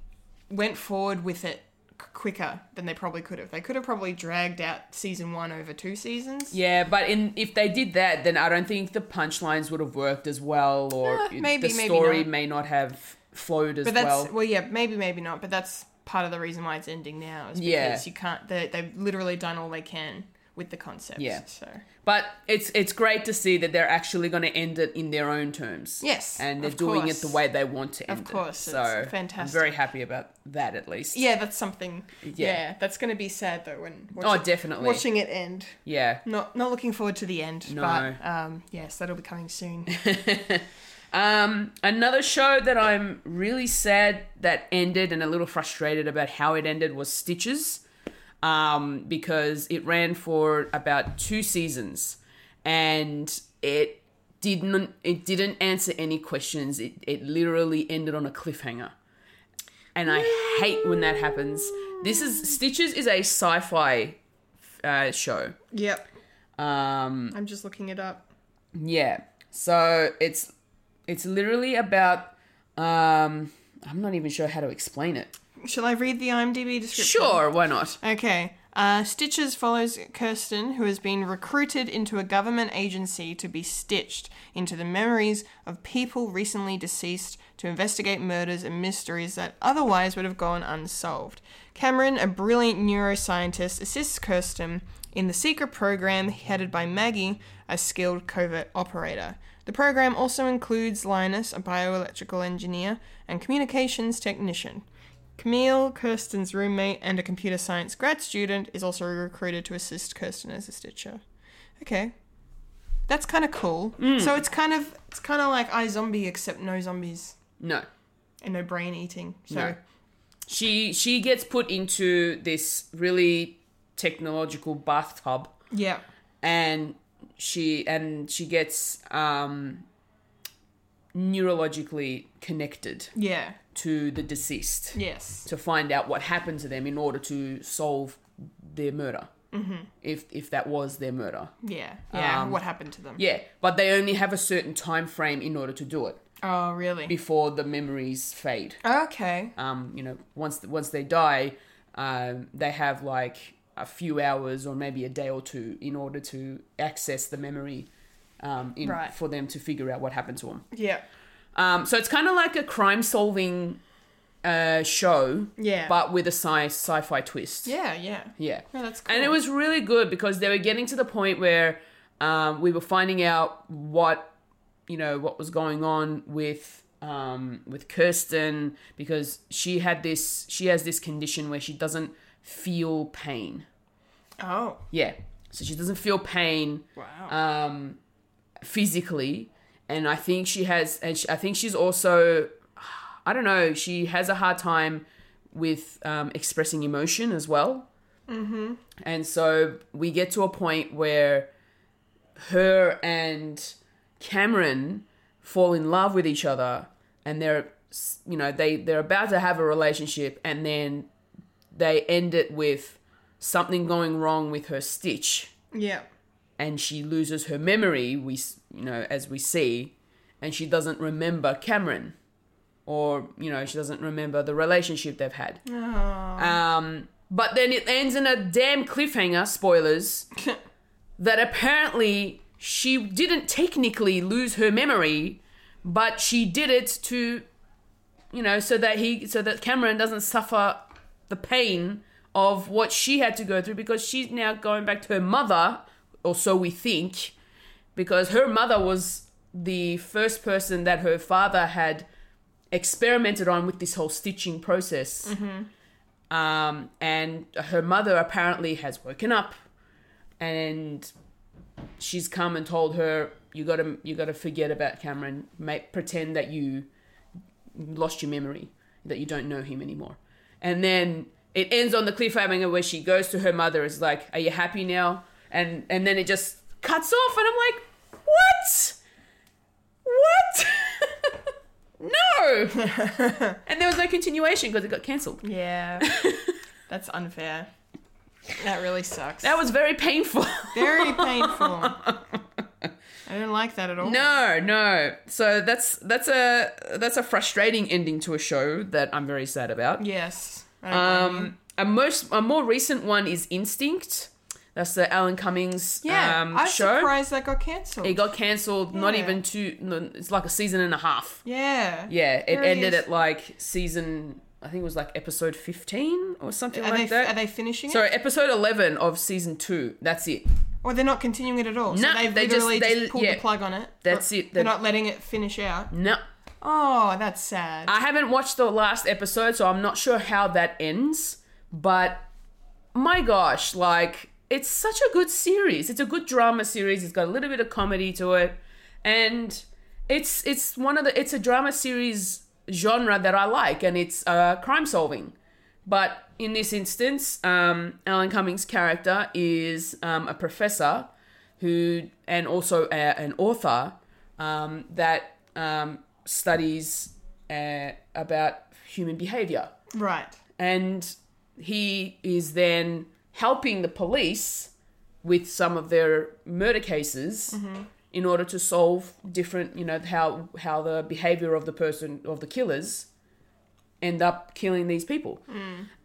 Speaker 1: went forward with it c- quicker than they probably could have. They could have probably dragged out season 1 over two seasons.
Speaker 2: Yeah, but in if they did that, then I don't think the punchlines would have worked as well, or
Speaker 1: Uh,
Speaker 2: it-
Speaker 1: maybe,
Speaker 2: the
Speaker 1: maybe
Speaker 2: story
Speaker 1: not.
Speaker 2: may not have flowed as
Speaker 1: But that's
Speaker 2: well.
Speaker 1: well, yeah, maybe maybe not, but that's part of the reason why it's ending now is because
Speaker 2: Yeah.
Speaker 1: you can't they they've literally done all they can with the concept.
Speaker 2: Yeah.
Speaker 1: So
Speaker 2: But it's it's great to see that they're actually going to end it in their own terms.
Speaker 1: Yes,
Speaker 2: and they're
Speaker 1: of
Speaker 2: doing
Speaker 1: course.
Speaker 2: it the way they want to
Speaker 1: Of
Speaker 2: end it.
Speaker 1: course, it's
Speaker 2: so I'm
Speaker 1: fantastic.
Speaker 2: very happy about that at least.
Speaker 1: yeah, that's something. Yeah,
Speaker 2: Yeah.
Speaker 1: that's going to be sad though when
Speaker 2: Oh,
Speaker 1: watching,
Speaker 2: definitely.
Speaker 1: watching it end.
Speaker 2: yeah.
Speaker 1: Not not looking forward to the end,
Speaker 2: No.
Speaker 1: but um, yes, that'll be coming soon.
Speaker 2: Um, another show that I'm really sad that ended and a little frustrated about how it ended was Stitches, um, because it ran for about two seasons, and it didn't it didn't answer any questions. It it literally ended on a cliffhanger, and I hate when that happens. This is Stitches is a sci-fi uh, show.
Speaker 1: yep,
Speaker 2: Um,
Speaker 1: I'm just looking it up.
Speaker 2: yeah. So it's it's literally about um I'm not even sure how to explain it.
Speaker 1: Shall I read the IMDb description?
Speaker 2: Sure, why not?
Speaker 1: Okay. Uh, Stitches follows Kirsten, who has been recruited into a government agency to be stitched into the memories of people recently deceased to investigate murders and mysteries that otherwise would have gone unsolved. Cameron, a brilliant neuroscientist, assists Kirsten in the secret program headed by Maggie, a skilled covert operator. The program also includes Linus, a bioelectrical engineer, and communications technician. Camille, Kirsten's roommate and a computer science grad student, is also recruited to assist Kirsten as a stitcher. Okay. That's kind of cool.
Speaker 2: Mm.
Speaker 1: So it's kind of it's kind of like I Zombie except no zombies
Speaker 2: No.
Speaker 1: and no brain eating. So
Speaker 2: No. She she gets put into this really technological bathtub
Speaker 1: yeah.
Speaker 2: and she and she gets um neurologically connected
Speaker 1: Yeah.
Speaker 2: to the deceased
Speaker 1: Yes.
Speaker 2: to find out what happened to them in order to solve their murder. Mm-hmm. If if that was their murder.
Speaker 1: Yeah. Yeah.
Speaker 2: Um,
Speaker 1: what happened to them?
Speaker 2: Yeah, but they only have a certain time frame in order to do it
Speaker 1: Oh, really?
Speaker 2: before the memories fade.
Speaker 1: okay.
Speaker 2: Um, you know, once once they die, um, they have like a few hours or maybe a day or two in order to access the memory um, in,
Speaker 1: Right.
Speaker 2: for them to figure out what happened to them.
Speaker 1: Yeah.
Speaker 2: Um, so it's kind of like a crime solving uh, show,
Speaker 1: Yeah.
Speaker 2: but with a sci sci-fi twist.
Speaker 1: yeah, yeah.
Speaker 2: Yeah.
Speaker 1: No, that's cool.
Speaker 2: And it was really good because they were getting to the point where um, we were finding out what you know what was going on with um, with Kirsten because she had this she has this condition where she doesn't feel pain.
Speaker 1: Oh, Uh,
Speaker 2: Yeah, so she doesn't feel pain
Speaker 1: wow.
Speaker 2: um, physically, and I think she has, and she, I think she's also, I don't know, she has a hard time with um, expressing emotion as well. Mm-hmm. And so we get to a point where her and Cameron fall in love with each other, and they're, s- you know, they they're about to have a relationship, and then they end it with something going wrong with her stitch
Speaker 1: yeah.
Speaker 2: and she loses her memory we s- you know as we see and she doesn't remember Cameron or you know she doesn't remember the relationship they've had
Speaker 1: Oh,
Speaker 2: um but then it ends in a damn cliffhanger spoilers that apparently she didn't technically lose her memory but she did it to you know so that he so that Cameron doesn't suffer the pain of what she had to go through because she's now going back to her mother, or so we think, because her mother was the first person that her father had experimented on with this whole stitching process. Um, and her mother apparently has woken up and she's come and told her you got to you got to forget about Cameron, make pretend that you lost your memory, that you don't know him anymore, and then it ends on the cliffhanger where she goes to her mother is like, "Are you happy now?" and and then it just cuts off, and I'm like, "What? What?" No, and there was no continuation because it got cancelled.
Speaker 1: Yeah. That's unfair. That really sucks.
Speaker 2: That was very painful.
Speaker 1: very painful. I don't like that at all.
Speaker 2: No, no. So that's that's a that's a frustrating ending to a show that I'm very sad about.
Speaker 1: Yes. I don't blame
Speaker 2: Um, a most a more recent one is Instinct. That's the Alan Cummings
Speaker 1: you. yeah.
Speaker 2: um,
Speaker 1: I'm
Speaker 2: show.
Speaker 1: surprised that got cancelled.
Speaker 2: It got cancelled. Not
Speaker 1: Yeah.
Speaker 2: even two. No, it's like a season and a half.
Speaker 1: yeah.
Speaker 2: Yeah, it
Speaker 1: There it
Speaker 2: ended
Speaker 1: is.
Speaker 2: at like season. I think it was like episode fifteen or something
Speaker 1: Are
Speaker 2: like
Speaker 1: they
Speaker 2: that.
Speaker 1: are they finishing it?
Speaker 2: Sorry, episode eleven of season two. That's it.
Speaker 1: Or they're not continuing it at all.
Speaker 2: No,
Speaker 1: so they've
Speaker 2: they just-
Speaker 1: literally just,
Speaker 2: they-
Speaker 1: pulled
Speaker 2: yeah.
Speaker 1: the plug on it.
Speaker 2: That's it.
Speaker 1: They're
Speaker 2: They-
Speaker 1: not letting it finish out.
Speaker 2: No,
Speaker 1: Oh, that's sad.
Speaker 2: I haven't watched the last episode, so I'm not sure how that ends. But my gosh, like it's such a good series. It's a good drama series. It's got a little bit of comedy to it, and it's it's one of the it's a drama series genre that I like, and it's uh, crime solving. But in this instance, um, Alan Cummings' character is um, a professor who, and also a, an author um, that um, studies uh, about human behavior.
Speaker 1: right.
Speaker 2: And he is then helping the police with some of their murder cases in order to solve different, you know, how how the behavior of the person of the killers end up killing these people.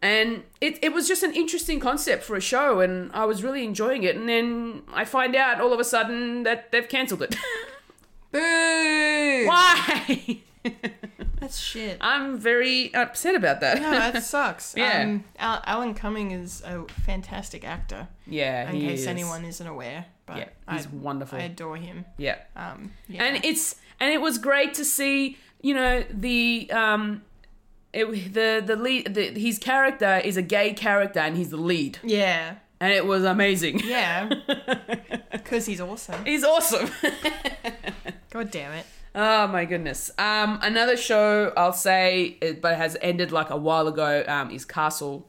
Speaker 2: And it, it was just an interesting concept for a show and I was really enjoying it and then I find out all of a sudden that they've cancelled it.
Speaker 1: Boo!
Speaker 2: Why?
Speaker 1: That's shit.
Speaker 2: I'm very upset about that.
Speaker 1: No, that sucks.
Speaker 2: Yeah.
Speaker 1: Um, Al- Alan Cumming is a fantastic actor.
Speaker 2: yeah,
Speaker 1: In
Speaker 2: he
Speaker 1: case
Speaker 2: is.
Speaker 1: anyone isn't aware, but
Speaker 2: Yeah,
Speaker 1: I,
Speaker 2: he's wonderful.
Speaker 1: I adore him.
Speaker 2: Yeah.
Speaker 1: Um, yeah.
Speaker 2: and it's and it was great to see you know the um it, the the lead the, his character is a gay character and he's the lead
Speaker 1: yeah,
Speaker 2: and it was amazing
Speaker 1: yeah, because he's awesome.
Speaker 2: he's awesome
Speaker 1: God damn it.
Speaker 2: oh my goodness um another show i'll say it, but it has ended like a while ago um is castle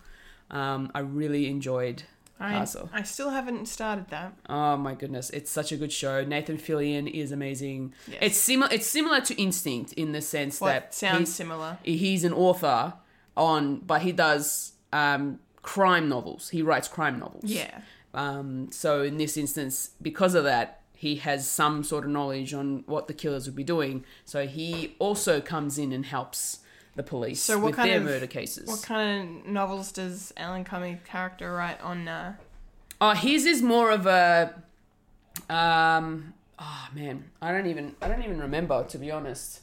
Speaker 2: um i really enjoyed
Speaker 1: I,
Speaker 2: Castle.
Speaker 1: I still haven't started that.
Speaker 2: Oh my goodness, it's such a good show. Nathan Fillion is amazing.
Speaker 1: Yes.
Speaker 2: It's similar. It's similar to Instinct in the sense
Speaker 1: Well,
Speaker 2: that
Speaker 1: it sounds
Speaker 2: he's-
Speaker 1: similar.
Speaker 2: he's an author on but he does um, crime novels he writes crime novels
Speaker 1: Yeah,
Speaker 2: um, so in this instance because of that he has some sort of knowledge on what the killers would be doing so he also comes in and helps the police
Speaker 1: So what
Speaker 2: with
Speaker 1: kind
Speaker 2: their
Speaker 1: of-
Speaker 2: murder cases
Speaker 1: what kind of novels does Alan Cumming character write on? Uh,
Speaker 2: oh his is more of a um, oh man i don't even i don't even remember to be honest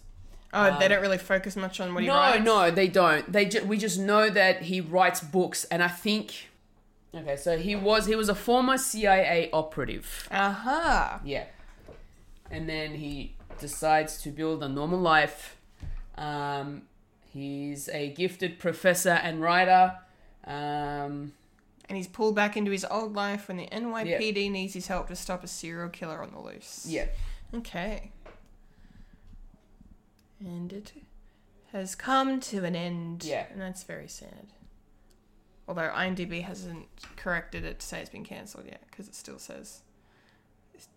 Speaker 1: oh, they don't really focus much on what he
Speaker 2: Um, no,
Speaker 1: writes.
Speaker 2: no, they don't. They ju- we just know that he writes books, and I think. Okay, so he was he was a former CIA operative.
Speaker 1: Aha.
Speaker 2: Yeah, and then he decides to build a normal life. Um, he's a gifted professor and writer. Um,
Speaker 1: And he's pulled back into his old life when the NYPD needs his help to stop a serial killer on the loose.
Speaker 2: yeah,
Speaker 1: Okay. And it has come to an end.
Speaker 2: Yeah.
Speaker 1: And that's very sad. Although IMDb hasn't corrected it to say it's been cancelled yet, because it still says.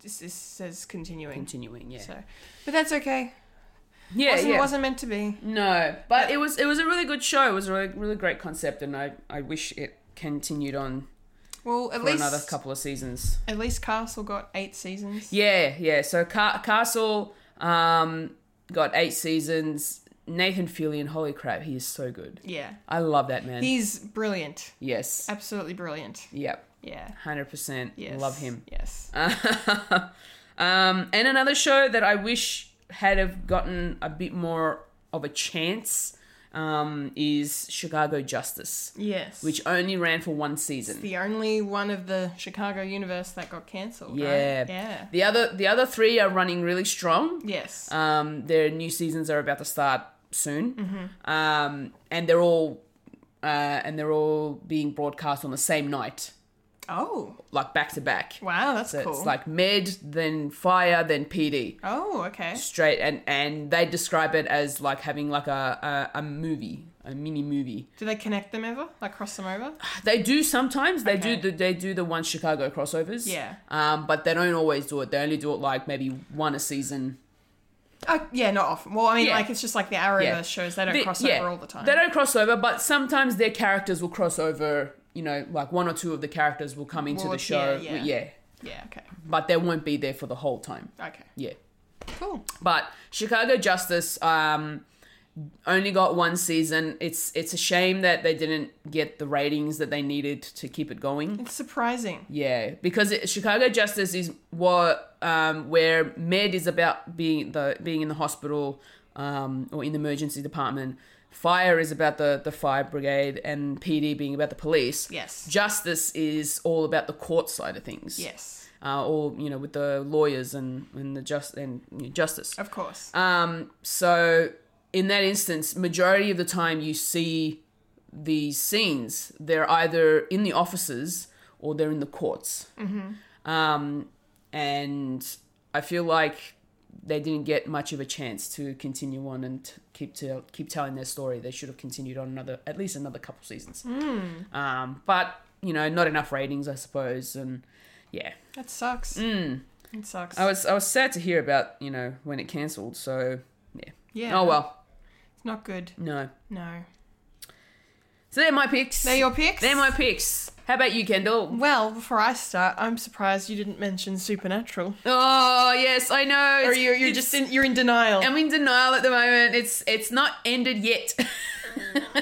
Speaker 1: This, this says continuing.
Speaker 2: continuing. Yeah,
Speaker 1: So, but that's okay.
Speaker 2: yeah,
Speaker 1: wasn't,
Speaker 2: yeah.
Speaker 1: wasn't meant to be.
Speaker 2: No, but it was it was a really good show. It was a really, really great concept, and I I wish it continued on
Speaker 1: Well, at
Speaker 2: for
Speaker 1: least
Speaker 2: another couple of seasons.
Speaker 1: at least Castle got eight seasons.
Speaker 2: Yeah, yeah. So Car- Castle um, got eight seasons. Nathan Fillion, holy crap, he is so good.
Speaker 1: Yeah.
Speaker 2: I love that man.
Speaker 1: He's brilliant.
Speaker 2: yes.
Speaker 1: Absolutely brilliant.
Speaker 2: Yep.
Speaker 1: Yeah.
Speaker 2: Hundred percent.
Speaker 1: Yes.
Speaker 2: Love him.
Speaker 1: Yes.
Speaker 2: um, and another show that I wish had have gotten a bit more of a chance um, is Chicago Justice,
Speaker 1: yes.
Speaker 2: which only ran for one season.
Speaker 1: the only one of the Chicago universe that got cancelled. right?
Speaker 2: Yeah.
Speaker 1: Yeah.
Speaker 2: The other the other three are running really strong.
Speaker 1: Yes.
Speaker 2: Um, their new seasons are about to start soon, um, and they're all uh, and they're all being broadcast on the same night.
Speaker 1: Oh,
Speaker 2: like back to back.
Speaker 1: wow, that's
Speaker 2: So
Speaker 1: cool.
Speaker 2: it's like med, then fire, then PD.
Speaker 1: oh, okay.
Speaker 2: Straight and and they describe it as like having like a a, a movie, a mini movie.
Speaker 1: Do they connect them ever? Like cross them over?
Speaker 2: They do sometimes. They
Speaker 1: Okay.
Speaker 2: do the, they do the one Chicago crossovers.
Speaker 1: Yeah.
Speaker 2: Um, but they don't always do it. They only do it like maybe one a season.
Speaker 1: Uh, yeah, not often. Well, I mean,
Speaker 2: Yeah.
Speaker 1: like it's just like the Arrowverse
Speaker 2: Yeah.
Speaker 1: shows. They don't
Speaker 2: They-
Speaker 1: cross
Speaker 2: yeah,
Speaker 1: over all the time.
Speaker 2: They don't cross over, but sometimes their characters will cross over. You know, like one or two of the characters will come into
Speaker 1: Will
Speaker 2: the show.
Speaker 1: appear, yeah.
Speaker 2: yeah,
Speaker 1: Yeah. Okay.
Speaker 2: but they won't be there for the whole time.
Speaker 1: Okay.
Speaker 2: Yeah.
Speaker 1: Cool.
Speaker 2: But Chicago Justice um, only got one season. It's it's a shame that they didn't get the ratings that they needed to keep it going.
Speaker 1: It's surprising.
Speaker 2: Yeah, because it, Chicago Justice is what um, where Med is about being the being in the hospital um, or in the emergency department. Fire is about the the fire brigade, and PD being about the police.
Speaker 1: Yes.
Speaker 2: Justice is all about the court side of things.
Speaker 1: Yes.
Speaker 2: uh, or you know with the lawyers and and the just and you know, justice.
Speaker 1: Of course.
Speaker 2: Um, so in that instance, majority of the time you see these scenes, they're either in the offices or they're in the courts. Mm-hmm. Um, and I feel like they didn't get much of a chance to continue on and t- keep to keep telling their story. They should have continued on another, at least another couple seasons. Um, but you know, not enough ratings, I suppose, and yeah.
Speaker 1: that sucks.
Speaker 2: hmm.
Speaker 1: It sucks.
Speaker 2: I was I was sad to hear about you know when it cancelled. So yeah.
Speaker 1: Yeah.
Speaker 2: Oh well.
Speaker 1: It's not good.
Speaker 2: No.
Speaker 1: No.
Speaker 2: So they're my picks.
Speaker 1: They're your picks.
Speaker 2: They're my picks. How about you, Kendall?
Speaker 1: Well, before I start, I'm surprised you didn't mention Supernatural.
Speaker 2: Oh yes, I know.
Speaker 1: Or
Speaker 2: It's-
Speaker 1: you, you're
Speaker 2: it's-
Speaker 1: just in, you're in denial.
Speaker 2: I'm in denial at the moment. It's it's not ended yet.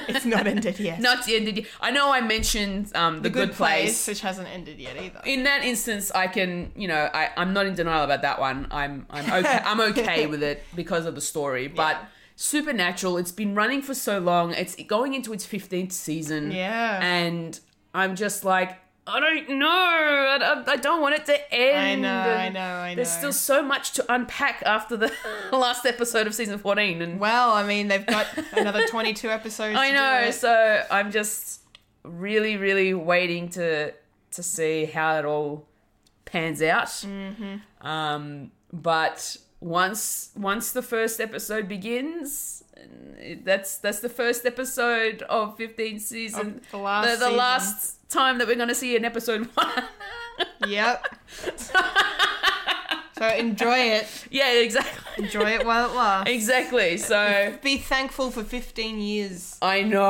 Speaker 1: it's not ended yet.
Speaker 2: not ended yet. I know I mentioned um, the, good, place.
Speaker 1: which hasn't ended yet either.
Speaker 2: In that instance, I can you know I I'm not in denial about that one. I'm I'm okay. I'm okay with it because of the story, but.
Speaker 1: Yeah.
Speaker 2: Supernatural, it's been running for so long. It's going into its 15th season.
Speaker 1: Yeah.
Speaker 2: and I'm just like, I don't know. I, I, I don't want it to end.
Speaker 1: know,
Speaker 2: And
Speaker 1: I know, I
Speaker 2: There's
Speaker 1: know.
Speaker 2: still so much to unpack after the last episode of season 14, and
Speaker 1: well, I mean, they've got another 22 episodes.
Speaker 2: I
Speaker 1: to
Speaker 2: know.
Speaker 1: do it.
Speaker 2: So I'm just really, really waiting to to see how it all pans out.
Speaker 1: Mm-hmm.
Speaker 2: Um, but once once the first episode begins, it- that's that's the first episode of 15 season.
Speaker 1: Of the last
Speaker 2: the, the
Speaker 1: season.
Speaker 2: last time that we're gonna see an episode one.
Speaker 1: Yep. so enjoy it.
Speaker 2: yeah, exactly.
Speaker 1: Enjoy it while it lasts.
Speaker 2: Exactly. So
Speaker 1: Be thankful for 15 years
Speaker 2: I know.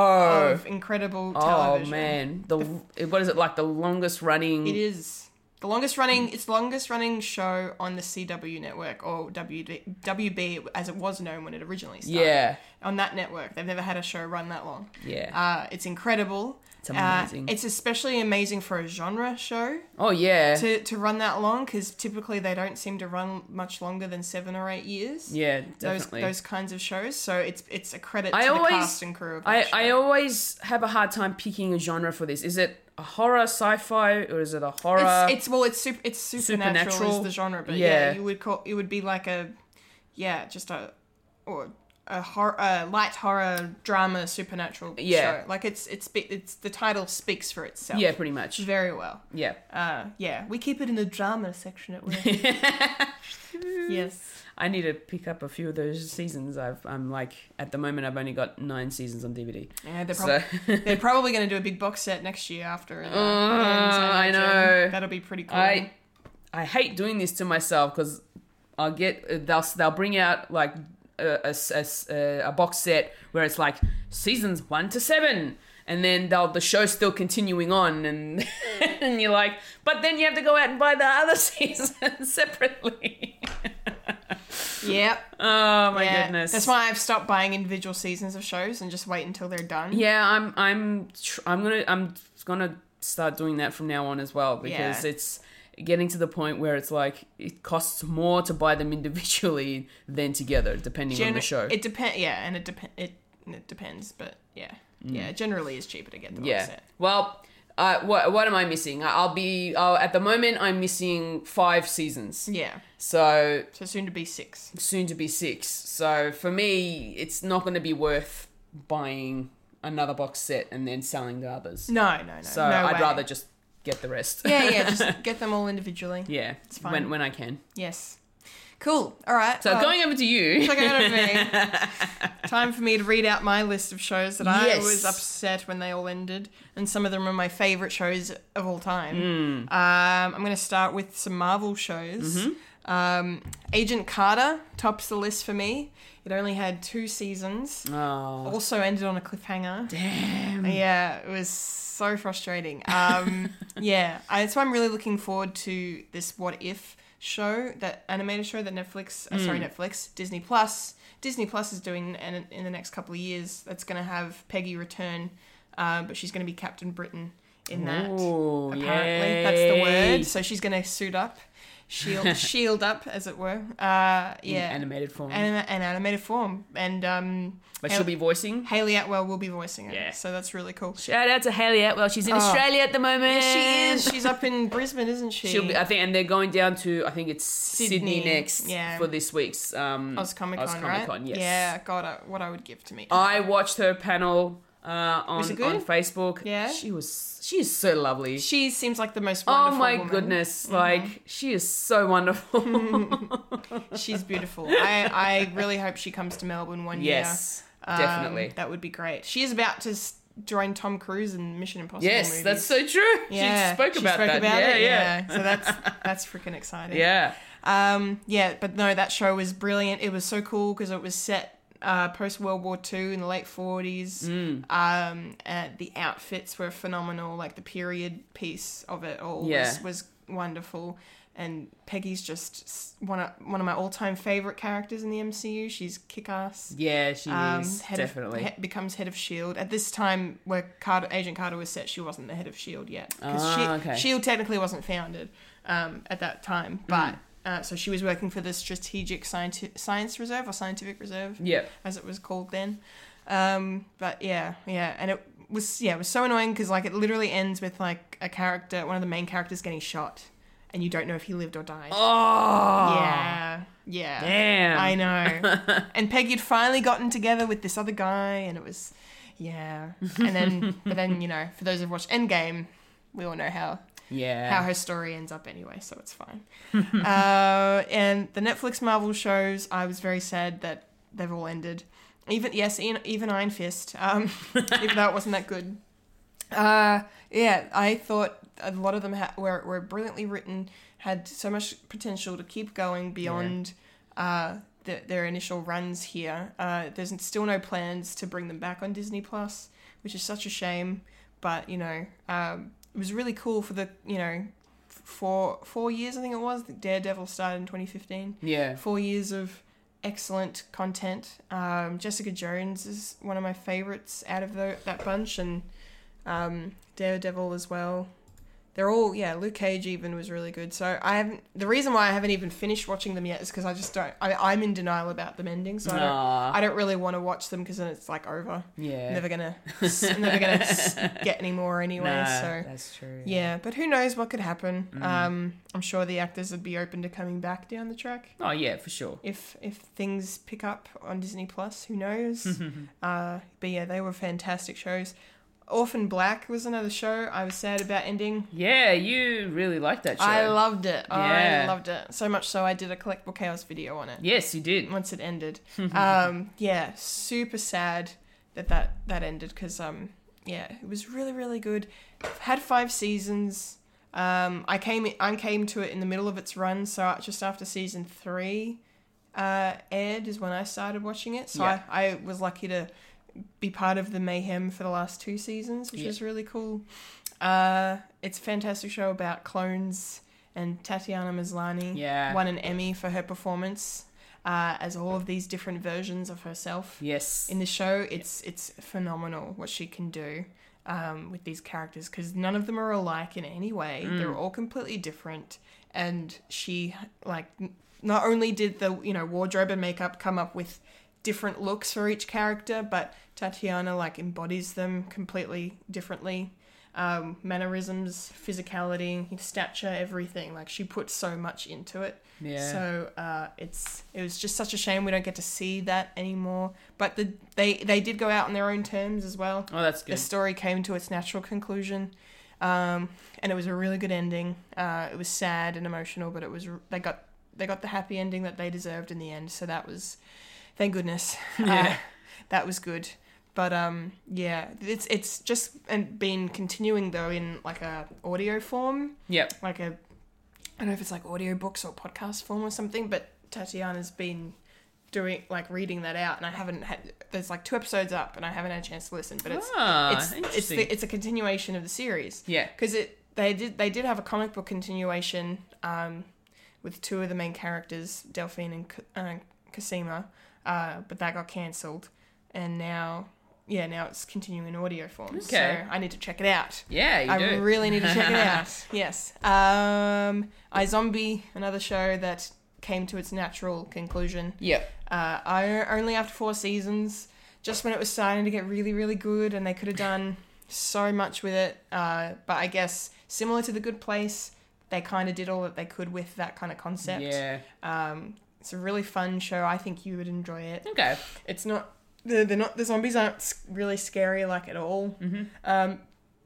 Speaker 1: of incredible
Speaker 2: Oh
Speaker 1: television.
Speaker 2: man, the what is it like? The longest running.
Speaker 1: It is the longest running. It's the longest running show on the CW network or WB, WB as it was known when it originally started.
Speaker 2: Yeah,
Speaker 1: On that network, they've never had a show run that long.
Speaker 2: yeah.
Speaker 1: Uh, it's incredible. It's
Speaker 2: amazing.
Speaker 1: it's especially amazing for a genre show
Speaker 2: Oh yeah,
Speaker 1: to, to run that long because typically they don't seem to run much longer than seven or eight years.
Speaker 2: yeah,
Speaker 1: Those,
Speaker 2: definitely.
Speaker 1: those kinds of shows, so it's it's a credit to
Speaker 2: I
Speaker 1: the
Speaker 2: always-
Speaker 1: cast and crew. Of that
Speaker 2: I
Speaker 1: show.
Speaker 2: I always have a hard time picking a genre for this. Is it a horror, sci-fi, or is it a horror?
Speaker 1: It's, it's well, it's super, it's supernatural,
Speaker 2: uh, Supernatural?
Speaker 1: is the genre, but yeah.
Speaker 2: Yeah.
Speaker 1: you would call it would be like a, yeah, just a, or a horror, a light horror drama supernatural
Speaker 2: Yeah.
Speaker 1: show. Like it's it's be- it's the title speaks for itself.
Speaker 2: yeah, pretty much.
Speaker 1: very well.
Speaker 2: Yeah.
Speaker 1: Uh, yeah, we keep it in the drama section at work. yes,
Speaker 2: I need to pick up a few of those seasons. I've I'm like at the moment I've only got nine seasons on DVD.
Speaker 1: yeah, they're,
Speaker 2: So
Speaker 1: prob- they're probably going to do a big box set next year after. It, uh,
Speaker 2: Uh, I
Speaker 1: imagine.
Speaker 2: know.
Speaker 1: that'll be pretty cool.
Speaker 2: I I hate doing this to myself because I'll get they'll they'll bring out like a, a s- a s- a- a box set where it's like seasons one to seven. And then they'll, the show's still continuing on, and and you're like, but then you have to go out and buy the other season separately.
Speaker 1: yep.
Speaker 2: Oh my
Speaker 1: Yeah,
Speaker 2: goodness!
Speaker 1: That's why I've stopped buying individual seasons of shows and just wait until they're done.
Speaker 2: Yeah, I'm I'm tr- I'm gonna I'm gonna start doing that from now on as well because
Speaker 1: Yeah.
Speaker 2: it's getting to the point where it's like it costs more to buy them individually than together, depending on the
Speaker 1: Gener-
Speaker 2: show.
Speaker 1: It depends. Yeah, and it depend. It, it depends, but yeah,
Speaker 2: Mm.
Speaker 1: yeah. Generally, it's cheaper to get the box
Speaker 2: yeah.
Speaker 1: set.
Speaker 2: Well, uh, what what am I missing? I- I'll be I'll, at the moment I'm missing five seasons,
Speaker 1: Yeah.
Speaker 2: so
Speaker 1: So soon to be six.
Speaker 2: soon to be six. So for me, it's not going to be worth buying another box set and then selling the others.
Speaker 1: No, no, no.
Speaker 2: So
Speaker 1: no
Speaker 2: I'd
Speaker 1: way.
Speaker 2: rather just get the rest.
Speaker 1: yeah, yeah. Just get them all individually.
Speaker 2: yeah,
Speaker 1: It's fine. Oh.
Speaker 2: when when I can.
Speaker 1: Yes. Cool. All right.
Speaker 2: So
Speaker 1: well,
Speaker 2: going over to you.
Speaker 1: so going over to me. Time for me to read out my list of shows that I
Speaker 2: Yes.
Speaker 1: was upset when they all ended, and some of them are my favorite shows of all time. Um, I'm going to start with some Marvel shows. Um, Agent Carter tops the list for me. It only had two seasons.
Speaker 2: Oh,
Speaker 1: Also ended on a cliffhanger.
Speaker 2: damn.
Speaker 1: Yeah, it was so frustrating. Um, yeah, I, so I'm really looking forward to this What If show, that animated show that Netflix, uh,
Speaker 2: Mm.
Speaker 1: sorry, Netflix, Disney Plus, Disney Plus is doing in, in the next couple of years. That's going to have Peggy return, uh, but she's going to be Captain Britain in that.
Speaker 2: Ooh,
Speaker 1: Apparently, that's the
Speaker 2: yay.
Speaker 1: word. So she's going to suit up, shield, shield up, as it were. Uh,
Speaker 2: In
Speaker 1: yeah.
Speaker 2: animated form.
Speaker 1: Anima- an animated form, and um,
Speaker 2: but she'll be voicing.
Speaker 1: Haley Atwell will be voicing it.
Speaker 2: Yeah.
Speaker 1: So that's really cool.
Speaker 2: Shout out to Haley Atwell. She's in
Speaker 1: Oh.
Speaker 2: Australia at the moment.
Speaker 1: She is. She's up in Brisbane, isn't she?
Speaker 2: She'll be, I think, and they're going down to I think it's Sydney,
Speaker 1: Sydney,
Speaker 2: next
Speaker 1: yeah.
Speaker 2: for this week's um,
Speaker 1: Oz Comic Con,
Speaker 2: Comic-Con,
Speaker 1: right?
Speaker 2: Yes.
Speaker 1: Yeah, God, I, what I would give to meet.
Speaker 2: I watched her panel uh, on
Speaker 1: Was it good?
Speaker 2: on Facebook.
Speaker 1: Yeah?
Speaker 2: she was. She is so lovely.
Speaker 1: she seems like the most
Speaker 2: oh
Speaker 1: wonderful
Speaker 2: my
Speaker 1: woman. Mm-hmm.
Speaker 2: goodness! Like she is so wonderful.
Speaker 1: She's beautiful. I, I really hope she comes to Melbourne one year.
Speaker 2: yes,
Speaker 1: Um,
Speaker 2: definitely.
Speaker 1: That would be great. She is about to s- join Tom Cruise in Mission Impossible
Speaker 2: Yes,
Speaker 1: movies.
Speaker 2: that's so true.
Speaker 1: yeah,
Speaker 2: she spoke about that. yeah,
Speaker 1: it,
Speaker 2: yeah,
Speaker 1: So that's that's freaking exciting.
Speaker 2: yeah.
Speaker 1: Um, yeah, but no, that show was brilliant. It was so cool because it was set uh, post World War II in the late 40s. Um, and the outfits were phenomenal. Like the period piece of it all
Speaker 2: Yeah.
Speaker 1: was, was wonderful. And Peggy's just s- one of, one of my all time favorite characters in the MCU. She's kick ass.
Speaker 2: Yeah, she is
Speaker 1: Um, head of-
Speaker 2: definitely.
Speaker 1: he- becomes head of Shield E at this time where Carter, Agent Carter was set. She wasn't the head of Shield E yet because
Speaker 2: Ah, okay. Mm.
Speaker 1: Shield E technically wasn't founded um, at that time, but uh, so she was working for the Strategic Scienti- Science Reserve or Scientific Reserve,
Speaker 2: yeah,
Speaker 1: as it was called then. Um, but yeah, yeah, and it was yeah, it was so annoying because like it literally ends with like a character, one of the main characters getting shot, and you don't know if he lived or died.
Speaker 2: Oh,
Speaker 1: Yeah, yeah.
Speaker 2: Damn.
Speaker 1: I know. and Peggy had finally gotten together with this other guy, and it was, yeah. And then, but then you know, for those who've watched Endgame, we all know how
Speaker 2: Yeah.
Speaker 1: how her story ends up anyway, so it's fine. uh, and the Netflix Marvel shows, I was very sad that they've all ended. Even yes, even, even Iron Fist, um, even though it wasn't that good. Uh, yeah, I thought a lot of them ha- were were brilliantly written, had so much potential to keep going beyond. Uh, the, their initial runs here. Uh, there's still no plans to bring them back on Disney Plus, which is such a shame. But you know, um, it was really cool for the you know, f- four four years I think it was. that Daredevil started in 2015
Speaker 2: yeah.
Speaker 1: four years of excellent content. Um, Jessica Jones is one of my favorites out of tho- that bunch, and um, Daredevil as well. They're all yeah. Luke Cage even was really good. So I haven't. The reason why I haven't even finished watching them yet is because I just don't. I, I'm in denial about them ending, so I don't,
Speaker 2: Aw,
Speaker 1: I don't really want to watch them because then it's like over.
Speaker 2: yeah.
Speaker 1: Never gonna, s- never gonna s- get any more anyway.
Speaker 2: Nah, Mm.
Speaker 1: so
Speaker 2: that's true.
Speaker 1: yeah, but who knows what could happen? Um, I'm sure the actors would be open to coming back down the track
Speaker 2: Oh yeah, for sure.
Speaker 1: if if things pick up on Disney Plus, who
Speaker 2: Mm-hmm.
Speaker 1: knows? uh, but yeah, they were fantastic shows. Orphan Black was another show I was sad about ending.
Speaker 2: Yeah, you really like that show.
Speaker 1: I loved it.
Speaker 2: Yeah.
Speaker 1: I loved it so much so I did a collectible chaos video on it
Speaker 2: yes, you did.
Speaker 1: once it ended. um, yeah, super sad that that that ended because um, yeah, it was really really good. Had five seasons. Um, I came I came to it in the middle of its run, so just after season three uh, aired is when I started watching it. So
Speaker 2: Yeah.
Speaker 1: I, I was lucky to be part of the mayhem for the last two seasons, which
Speaker 2: Yeah.
Speaker 1: was really cool. Uh, it's a fantastic show about clones and Tatiana Maslany
Speaker 2: Yeah.
Speaker 1: won an Emmy for her performance uh, as all of these different versions of herself
Speaker 2: Yes.
Speaker 1: in the show. It's it's phenomenal what she can do um, with these characters because none of them are alike in any way.
Speaker 2: Mm.
Speaker 1: They're all completely different, and she like n- not only did the you know wardrobe and makeup come up with different looks for each character, but Tatiana like embodies them completely differently. Um, mannerisms, physicality, stature, everything. Like she put so much into it.
Speaker 2: yeah.
Speaker 1: So uh, it's it was just such a shame we don't get to see that anymore. But the they they did go out on their own terms as well.
Speaker 2: oh, that's
Speaker 1: The
Speaker 2: good.
Speaker 1: story came to its natural conclusion. um, and it was a really good ending. Uh, it was sad and emotional, but it was they got they got the happy ending that they deserved in the end. So that was thank goodness.
Speaker 2: Yeah.
Speaker 1: Uh, that was good. But um, yeah, it's it's just and been continuing though in like a audio form
Speaker 2: Yep.
Speaker 1: like a I don't know if it's like audiobooks or podcast form or something, but Tatiana's been doing like reading that out, and I haven't had. There's like two episodes up, and I haven't had a chance to listen. But it's
Speaker 2: ah,
Speaker 1: it's it's
Speaker 2: interesting.
Speaker 1: the, it's a continuation of the series
Speaker 2: yeah.
Speaker 1: because it they did they did have a comic book continuation um, with two of the main characters, Delphine and K- uh, Cosima, uh, but that got cancelled, and now yeah now it's continuing in audio form. So
Speaker 2: Okay.
Speaker 1: I need to check it out.
Speaker 2: Yeah, you
Speaker 1: I
Speaker 2: do.
Speaker 1: really need to check it out. Yes. Um, I Zombie, another show that came to its natural conclusion.
Speaker 2: Yep.
Speaker 1: Uh, I only after four seasons, just when it was starting to get really, really good, and they could have done so much with it. Uh, but I guess similar to The Good Place, they kind of did all that they could with that kind of concept.
Speaker 2: Yeah.
Speaker 1: Um, it's a really fun show. I think you would enjoy it
Speaker 2: Okay.
Speaker 1: it's not the they're not the zombies aren't s- really scary like at all.
Speaker 2: Mm-hmm.
Speaker 1: Um,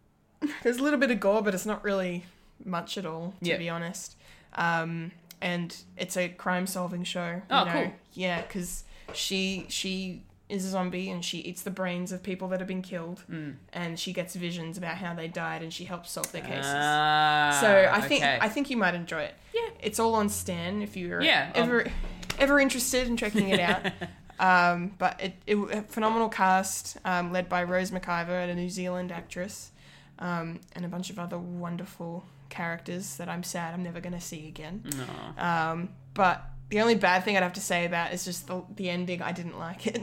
Speaker 1: there's a little bit of gore, but it's not really much at all to
Speaker 2: Yeah.
Speaker 1: be honest. Um, and it's a crime solving show. you
Speaker 2: Oh, cool.
Speaker 1: Yeah, because she she is a zombie and she eats the brains of people that have been killed,
Speaker 2: Mm.
Speaker 1: and she gets visions about how they died, and she helps solve their cases.
Speaker 2: Ah,
Speaker 1: So I think
Speaker 2: okay.
Speaker 1: I think you might enjoy it.
Speaker 2: Yeah.
Speaker 1: it's all on Stan if you're
Speaker 2: Yeah, um-
Speaker 1: ever ever interested in checking it out. um, but it, it a phenomenal cast um, led by Rose McIver, a New Zealand actress, um, and a bunch of other wonderful characters that I'm sad I'm never going to see again.
Speaker 2: Aw.
Speaker 1: Um, but the only bad thing I'd have to say about is just the, the ending. I didn't like it.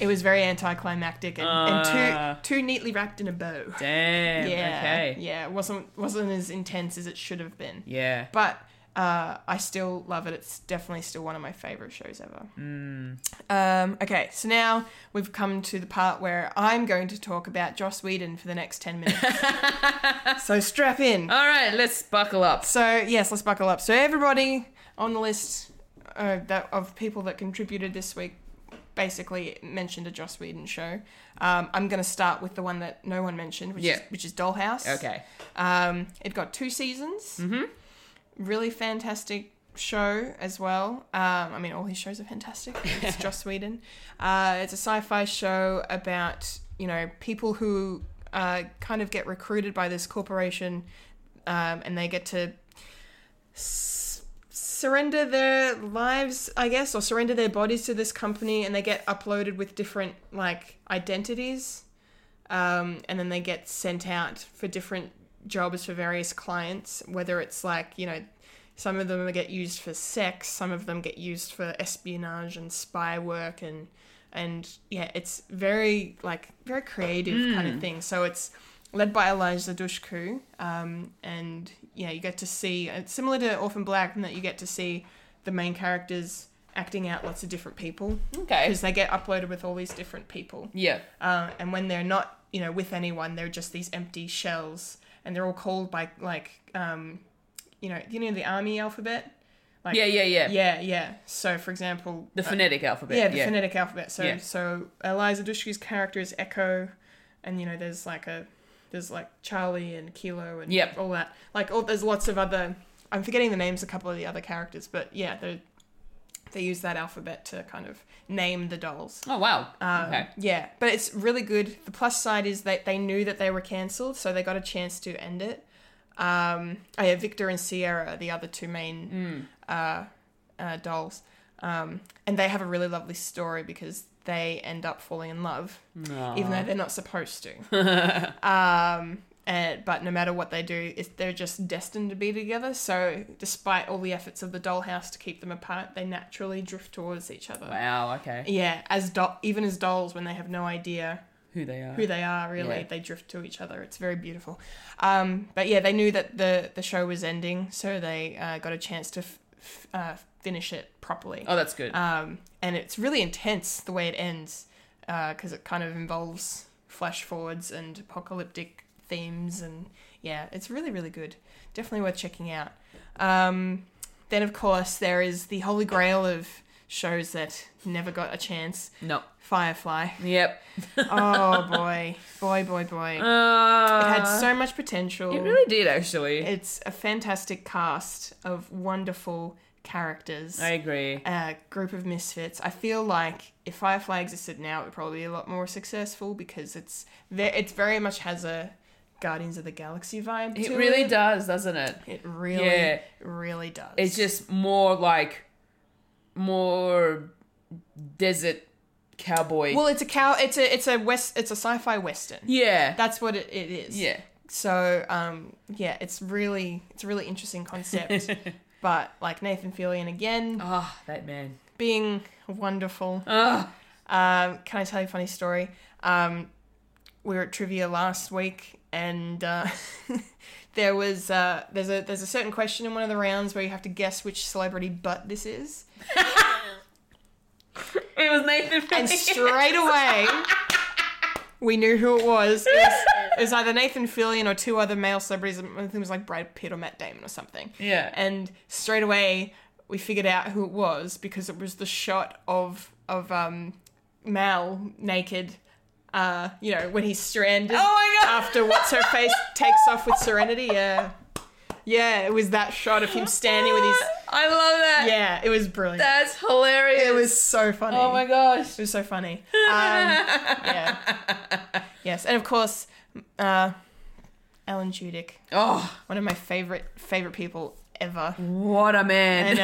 Speaker 1: it was very anticlimactic and,
Speaker 2: Ah.
Speaker 1: and too too neatly wrapped in a bow.
Speaker 2: Damn.
Speaker 1: Yeah.
Speaker 2: Okay.
Speaker 1: Yeah, it wasn't wasn't as intense as it should have been.
Speaker 2: Yeah.
Speaker 1: But uh, I still love it. It's definitely still one of my favorite shows ever.
Speaker 2: Mm.
Speaker 1: Um, okay, so now we've come to the part where I'm going to talk about Joss Whedon for the next 10 minutes. so strap in.
Speaker 2: All right. Let's buckle up.
Speaker 1: So, yes, let's buckle up. So, everybody on the list uh, that, of people that contributed this week basically mentioned a Joss Whedon show. Um, I'm going to start with the one that no one mentioned, which,
Speaker 2: Yeah.
Speaker 1: is, which is Dollhouse.
Speaker 2: Okay.
Speaker 1: Um, it got two seasons. Mm-hmm. Really fantastic show as well. Um, I mean, all his shows are fantastic. It's Joss Whedon. Uh, it's a sci-fi show about you know people who uh, kind of get recruited by this corporation, um, and they get to s- surrender their lives, I guess, or surrender their bodies to this company, and they get uploaded with different like identities, um, and then they get sent out for different jobs for various clients. Whether it's like you know, some of them get used for sex, some of them get used for espionage and spy work, and and yeah, it's very like very creative kind of thing. So it's led by Elijah Dushku. Um, and yeah, you get to see it's similar to Orphan Black in that you get to see the main characters acting out lots of different people
Speaker 2: Okay.
Speaker 1: because they get uploaded with all these different people.
Speaker 2: Yeah.
Speaker 1: Uh, and when they're not, you know, with anyone, they're just these empty shells, and they're all called by like, um, you know, you know the army alphabet. Like,
Speaker 2: Yeah. Yeah. Yeah.
Speaker 1: yeah, yeah. So, for example, uh,
Speaker 2: The phonetic alphabet.
Speaker 1: yeah, the phonetic alphabet. So
Speaker 2: Yeah.
Speaker 1: so Eliza Dushku's character is Echo, and you know there's like a there's like Charlie and Kilo and
Speaker 2: Yep.
Speaker 1: all that. Like all there's lots of other. I'm forgetting the names of a couple of the other characters, but yeah, they they use that alphabet to kind of name the dolls.
Speaker 2: Oh wow.
Speaker 1: Um,
Speaker 2: okay.
Speaker 1: Yeah, but it's really good. The plus side is that they knew that they were cancelled, so they got a chance to end it. Um, oh yeah, Victor and Sierra are the other two main
Speaker 2: Hmm.
Speaker 1: uh, uh, dolls, um, and they have a really lovely story because they end up falling in love, even
Speaker 2: Uh-huh.
Speaker 1: though they're not supposed to. um, and, but no matter what they do, it's, they're just destined to be together. So, despite all the efforts of the dollhouse to keep them apart, they naturally drift towards each other.
Speaker 2: Wow. Okay.
Speaker 1: Yeah, as do- even as dolls, when they have no idea
Speaker 2: Who they are?
Speaker 1: who they are, really,
Speaker 2: Yeah.
Speaker 1: they drift to each other. It's very beautiful. Um, but yeah, they knew that the the show was ending, so they uh, got a chance to f- f- uh, finish it properly.
Speaker 2: oh, that's good.
Speaker 1: Um, and it's really intense the way it ends, because it kind of involves flash forwards and apocalyptic themes, and yeah, it's really really good. Definitely worth checking out. Um, then of course there is the holy grail of shows that never got a chance.
Speaker 2: No.
Speaker 1: Firefly.
Speaker 2: Yep.
Speaker 1: Oh boy, boy, boy, boy. it
Speaker 2: Uh,
Speaker 1: had so much potential.
Speaker 2: It really did, actually.
Speaker 1: It's a fantastic cast of wonderful characters.
Speaker 2: I agree.
Speaker 1: a group of misfits. I feel like if Firefly existed now, it would probably be a lot more successful because it's there. It very much has a Guardians of the Galaxy vibe.
Speaker 2: It
Speaker 1: to
Speaker 2: really
Speaker 1: it.
Speaker 2: does, doesn't it?
Speaker 1: It really,
Speaker 2: Yeah.
Speaker 1: it really does.
Speaker 2: It's just more like more desert cowboy.
Speaker 1: well, it's a cow. It's a it's a west. It's a sci-fi western.
Speaker 2: yeah.
Speaker 1: That's what it, it is.
Speaker 2: yeah.
Speaker 1: So um, yeah, it's really it's a really interesting concept. but like Nathan Fillion again,
Speaker 2: Ah, that man.
Speaker 1: being wonderful.
Speaker 2: Ah.
Speaker 1: Um, can I tell you a funny story? Um, we were at trivia last week, and uh, there was uh, there's a there's a certain question in one of the rounds where you have to guess which celebrity butt this is,
Speaker 2: It was Nathan
Speaker 1: and
Speaker 2: Fillion.
Speaker 1: straight away we knew who it was. It was, it was either Nathan Fillion or two other male celebrities. I think it was like Brad Pitt or Matt Damon or something.
Speaker 2: yeah.
Speaker 1: and straight away we figured out who it was because it was the shot of of um Mal naked uh you know when he's stranded
Speaker 2: oh my god.
Speaker 1: after what's her face takes off with serenity yeah yeah it was that shot of him standing with his
Speaker 2: I love that.
Speaker 1: yeah it was brilliant
Speaker 2: That's hilarious.
Speaker 1: it was so funny
Speaker 2: Oh my gosh.
Speaker 1: it was so funny um yeah yes and of course uh Alan Tudyk
Speaker 2: Oh,
Speaker 1: one of my favorite favorite people ever
Speaker 2: what a
Speaker 1: I
Speaker 2: man.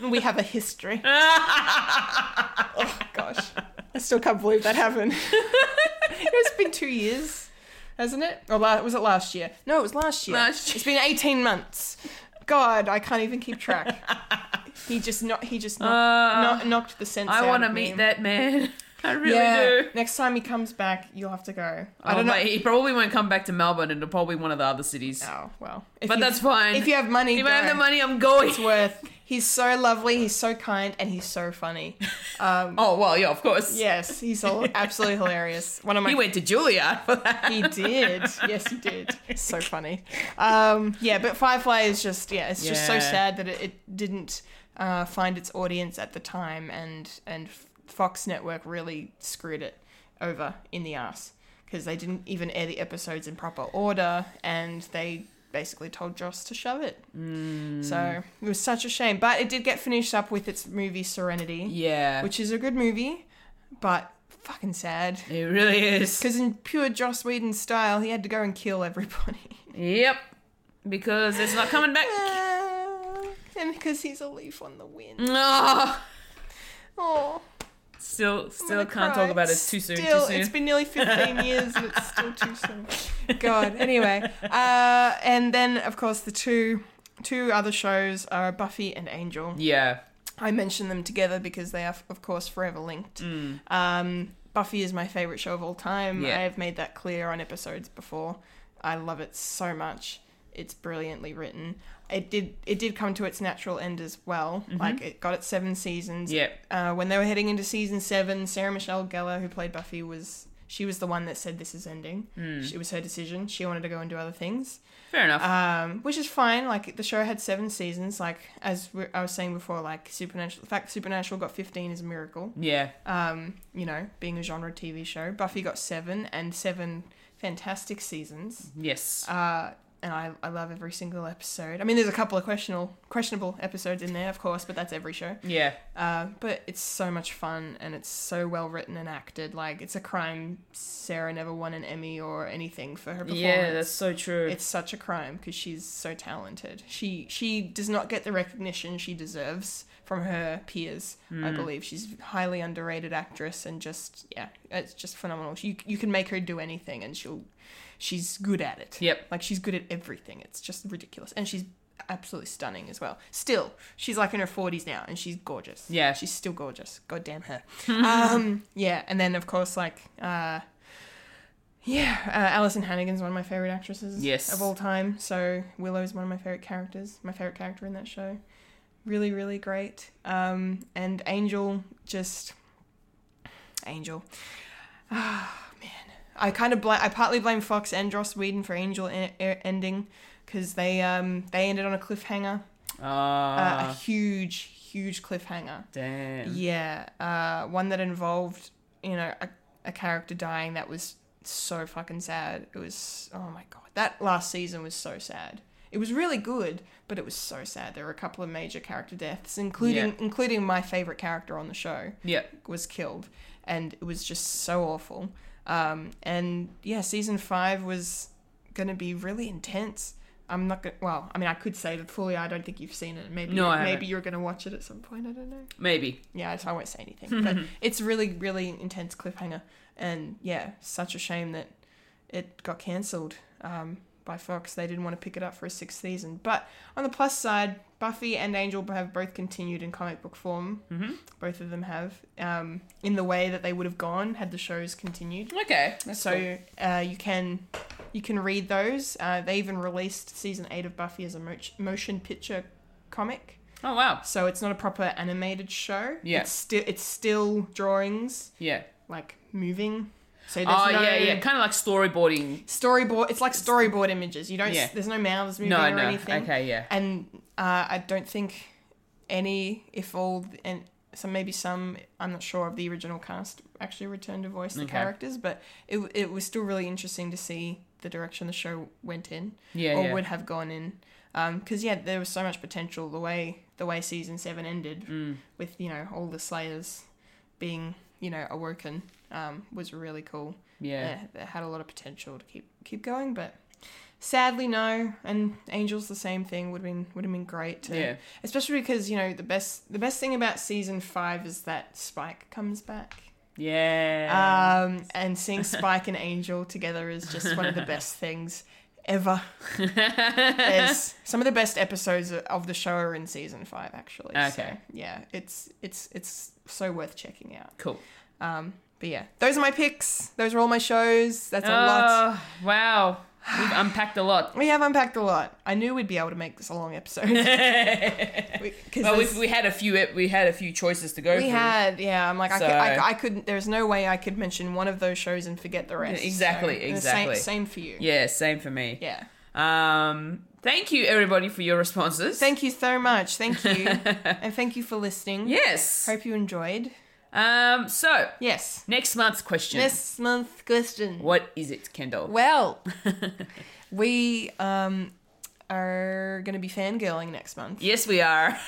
Speaker 1: know. We have a history. oh
Speaker 2: Oh,
Speaker 1: gosh. I still can't believe that happened. it's been two years, hasn't it? Or la- was it last year? No, it was last year.
Speaker 2: Last year.
Speaker 1: It's been eighteen months. God, I can't even keep track. he just not. He just knocked,
Speaker 2: Uh,
Speaker 1: kno- knocked the sense.
Speaker 2: I
Speaker 1: out
Speaker 2: want to
Speaker 1: of me.
Speaker 2: meet that man. I really do.
Speaker 1: Next time he comes back, you'll have to go. I
Speaker 2: Oh,
Speaker 1: don't know.
Speaker 2: but he probably won't come back to Melbourne. It'll probably one of the other cities.
Speaker 1: Oh well. If
Speaker 2: But
Speaker 1: you-
Speaker 2: that's fine.
Speaker 1: If you have money,
Speaker 2: If I have
Speaker 1: go.
Speaker 2: the money, I'm going.
Speaker 1: It's worth. He's so lovely. He's so kind, and he's so funny. Um,
Speaker 2: Oh well, yeah, of course.
Speaker 1: Yes, he's all absolutely hilarious. One of my
Speaker 2: He went to Juilliard for that.
Speaker 1: he did. Yes, he did. So funny. Um, yeah, but Firefly is just yeah, it's just so
Speaker 2: Yeah.
Speaker 1: sad that it, it didn't uh, find its audience at the time, and and Fox Network really screwed it over in the ass because they didn't even air the episodes in proper order, and they basically told Joss to shove it.
Speaker 2: Mm.
Speaker 1: So it was such a shame, but it did get finished up with its movie Serenity
Speaker 2: Yeah,
Speaker 1: which is a good movie, but fucking sad.
Speaker 2: it really is.
Speaker 1: Because in pure Joss Whedon style, he had to go and kill everybody.
Speaker 2: Yep, because it's not coming back.
Speaker 1: Ah, and because he's a leaf on the
Speaker 2: Mm.
Speaker 1: wind.
Speaker 2: No,
Speaker 1: Oh,
Speaker 2: still,
Speaker 1: I'm
Speaker 2: still
Speaker 1: gonna
Speaker 2: can't
Speaker 1: cry.
Speaker 2: talk about it. It's too soon.
Speaker 1: Still,
Speaker 2: too soon.
Speaker 1: It's been nearly 15 years and it's still too soon. God. Anyway, uh, and then of course the two two other shows are Buffy and Angel.
Speaker 2: yeah,
Speaker 1: I mention them together because they are, of course, forever linked.
Speaker 2: Mm,
Speaker 1: Um, Buffy is my favorite show of all time.
Speaker 2: Yeah.
Speaker 1: I have made that clear on episodes before. I love it so much. It's brilliantly written. It did it did come to its natural end as well. Like it got its seven seasons.
Speaker 2: Mm-hmm. yeah.
Speaker 1: Uh, when they were heading into season seven, Sarah Michelle Gellar, who played Buffy, was she was the one that said this is ending. It was her decision. She wanted to go and do other things
Speaker 2: Mm. Fair enough.
Speaker 1: um, which is fine. Like the show had seven seasons. Like as we I was saying before, like supernatural. The fact supernatural got fifteen is a miracle.
Speaker 2: yeah,
Speaker 1: Um, you know, being a genre TV show, Buffy got seven and seven fantastic seasons.
Speaker 2: yes.
Speaker 1: Uh, and I, I love every single episode. I mean, there's a couple of questionable questionable episodes in there, of course, but that's every show.
Speaker 2: yeah,
Speaker 1: Uh, but it's so much fun and it's so well written and acted. Like it's a crime Sarah never won an Emmy or anything for her performance
Speaker 2: yeah. That's so true.
Speaker 1: it's such a crime because she's so talented. She she does not get the recognition she deserves from her peers. I
Speaker 2: Hmm.
Speaker 1: believe she's a highly underrated actress and just yeah, it's just phenomenal. You you can make her do anything and she'll she's good at it.
Speaker 2: Yep.
Speaker 1: like she's good at everything. It's just ridiculous, and she's absolutely stunning as well. Still, she's like in her forties now and she's gorgeous.
Speaker 2: Yeah.
Speaker 1: she's still gorgeous. God damn her. um, yeah, and then of course like. uh yeah, uh, Alison Hannigan's one of my favorite actresses
Speaker 2: Yes.
Speaker 1: of all time. So Willow's one of my favorite characters, my favorite character in that show. Really, really great. Um, and Angel, just Angel. Ah man, I kind of bl- I partly blame Fox and Joss Whedon for Angel e- e- ending because they um, they ended on a cliffhanger,
Speaker 2: Uh,
Speaker 1: uh, a huge, huge cliffhanger.
Speaker 2: Damn.
Speaker 1: Yeah, uh, one that involved you know a, a character dying that was so fucking sad. It was oh my god, that last season was so sad. It was really good, but it was so sad. There were a couple of major character deaths, including
Speaker 2: Yeah.
Speaker 1: including my favorite character on the show
Speaker 2: Yeah.
Speaker 1: was killed, and it was just so awful. Um, and yeah, season five was gonna be really intense. I'm not gonna. Well, I mean, I could say that fully. I don't think you've seen it. Maybe
Speaker 2: No, I haven't.
Speaker 1: maybe you're gonna watch it at some point. I don't know.
Speaker 2: Maybe.
Speaker 1: Yeah, so I won't say anything. But it's really, really intense cliffhanger, and yeah, such a shame that it got cancelled um, by Fox. They didn't want to pick it up for a sixth season. But on the plus side, Buffy and Angel have both continued in comic book form.
Speaker 2: Mhm.
Speaker 1: Both of them have, um, in the way that they would have gone had the shows continued.
Speaker 2: Okay. That's
Speaker 1: so uh, you can you can read those. Uh, they even released season eight of Buffy as a mo- motion picture comic.
Speaker 2: cool. Oh wow.
Speaker 1: So it's not a proper animated show.
Speaker 2: Yeah.
Speaker 1: It's still it's still drawings
Speaker 2: Yeah.
Speaker 1: like moving. So there's
Speaker 2: Oh
Speaker 1: no
Speaker 2: yeah, yeah. Kind of like storyboarding.
Speaker 1: storyboard. It's like storyboard images. You don't.
Speaker 2: Yeah.
Speaker 1: There's no mouths moving
Speaker 2: No,
Speaker 1: or
Speaker 2: no.
Speaker 1: anything.
Speaker 2: Okay, yeah.
Speaker 1: And uh, I don't think any, if all, and some maybe some. I'm not sure of the original cast actually returned to voice the
Speaker 2: Okay.
Speaker 1: characters, but it it was still really interesting to see the direction the show went in
Speaker 2: Yeah,
Speaker 1: or
Speaker 2: yeah.
Speaker 1: would have gone in. Because yeah, there was so much potential the way the way season seven ended
Speaker 2: Mm,
Speaker 1: with you know all the Slayers being you know awoken um, was really cool.
Speaker 2: yeah.
Speaker 1: Yeah, it had a lot of potential to keep keep going, but sadly no. And Angels the same thing would have been would have been great. To,
Speaker 2: Yeah.
Speaker 1: especially because you know the best the best thing about season five is that Spike comes back.
Speaker 2: Yeah.
Speaker 1: Um, and seeing Spike and Angel together is just one of the best things ever. There's some of the best episodes of the show are in season five, actually. So,
Speaker 2: Okay.
Speaker 1: yeah, it's it's it's so worth checking out.
Speaker 2: cool.
Speaker 1: Um, but yeah, those are my picks. Those are all my shows. That's a lot.
Speaker 2: Oh, wow. We've unpacked a lot.
Speaker 1: We have unpacked a lot. I knew we'd be able to make this a long episode.
Speaker 2: well,
Speaker 1: We, 'cause
Speaker 2: we,
Speaker 1: there's-
Speaker 2: we had a few ep- we had a few choices to go
Speaker 1: we
Speaker 2: through.
Speaker 1: had, yeah. I'm like, I, could,
Speaker 2: So-
Speaker 1: I, I couldn't. There's no way I could mention one of those shows and forget the rest.
Speaker 2: Yeah, exactly,
Speaker 1: and the
Speaker 2: exactly.
Speaker 1: Same, same for you.
Speaker 2: yeah, same for me.
Speaker 1: yeah.
Speaker 2: Um, thank you everybody for your responses.
Speaker 1: Thank you so much. Thank you, and thank you for listening.
Speaker 2: Yes.
Speaker 1: Hope you enjoyed.
Speaker 2: Um, so
Speaker 1: Yes.
Speaker 2: next month's question.
Speaker 1: This month's question.
Speaker 2: What is it, Kendall?
Speaker 1: Well, we um, are going to be fangirling next month
Speaker 2: Yes, we are.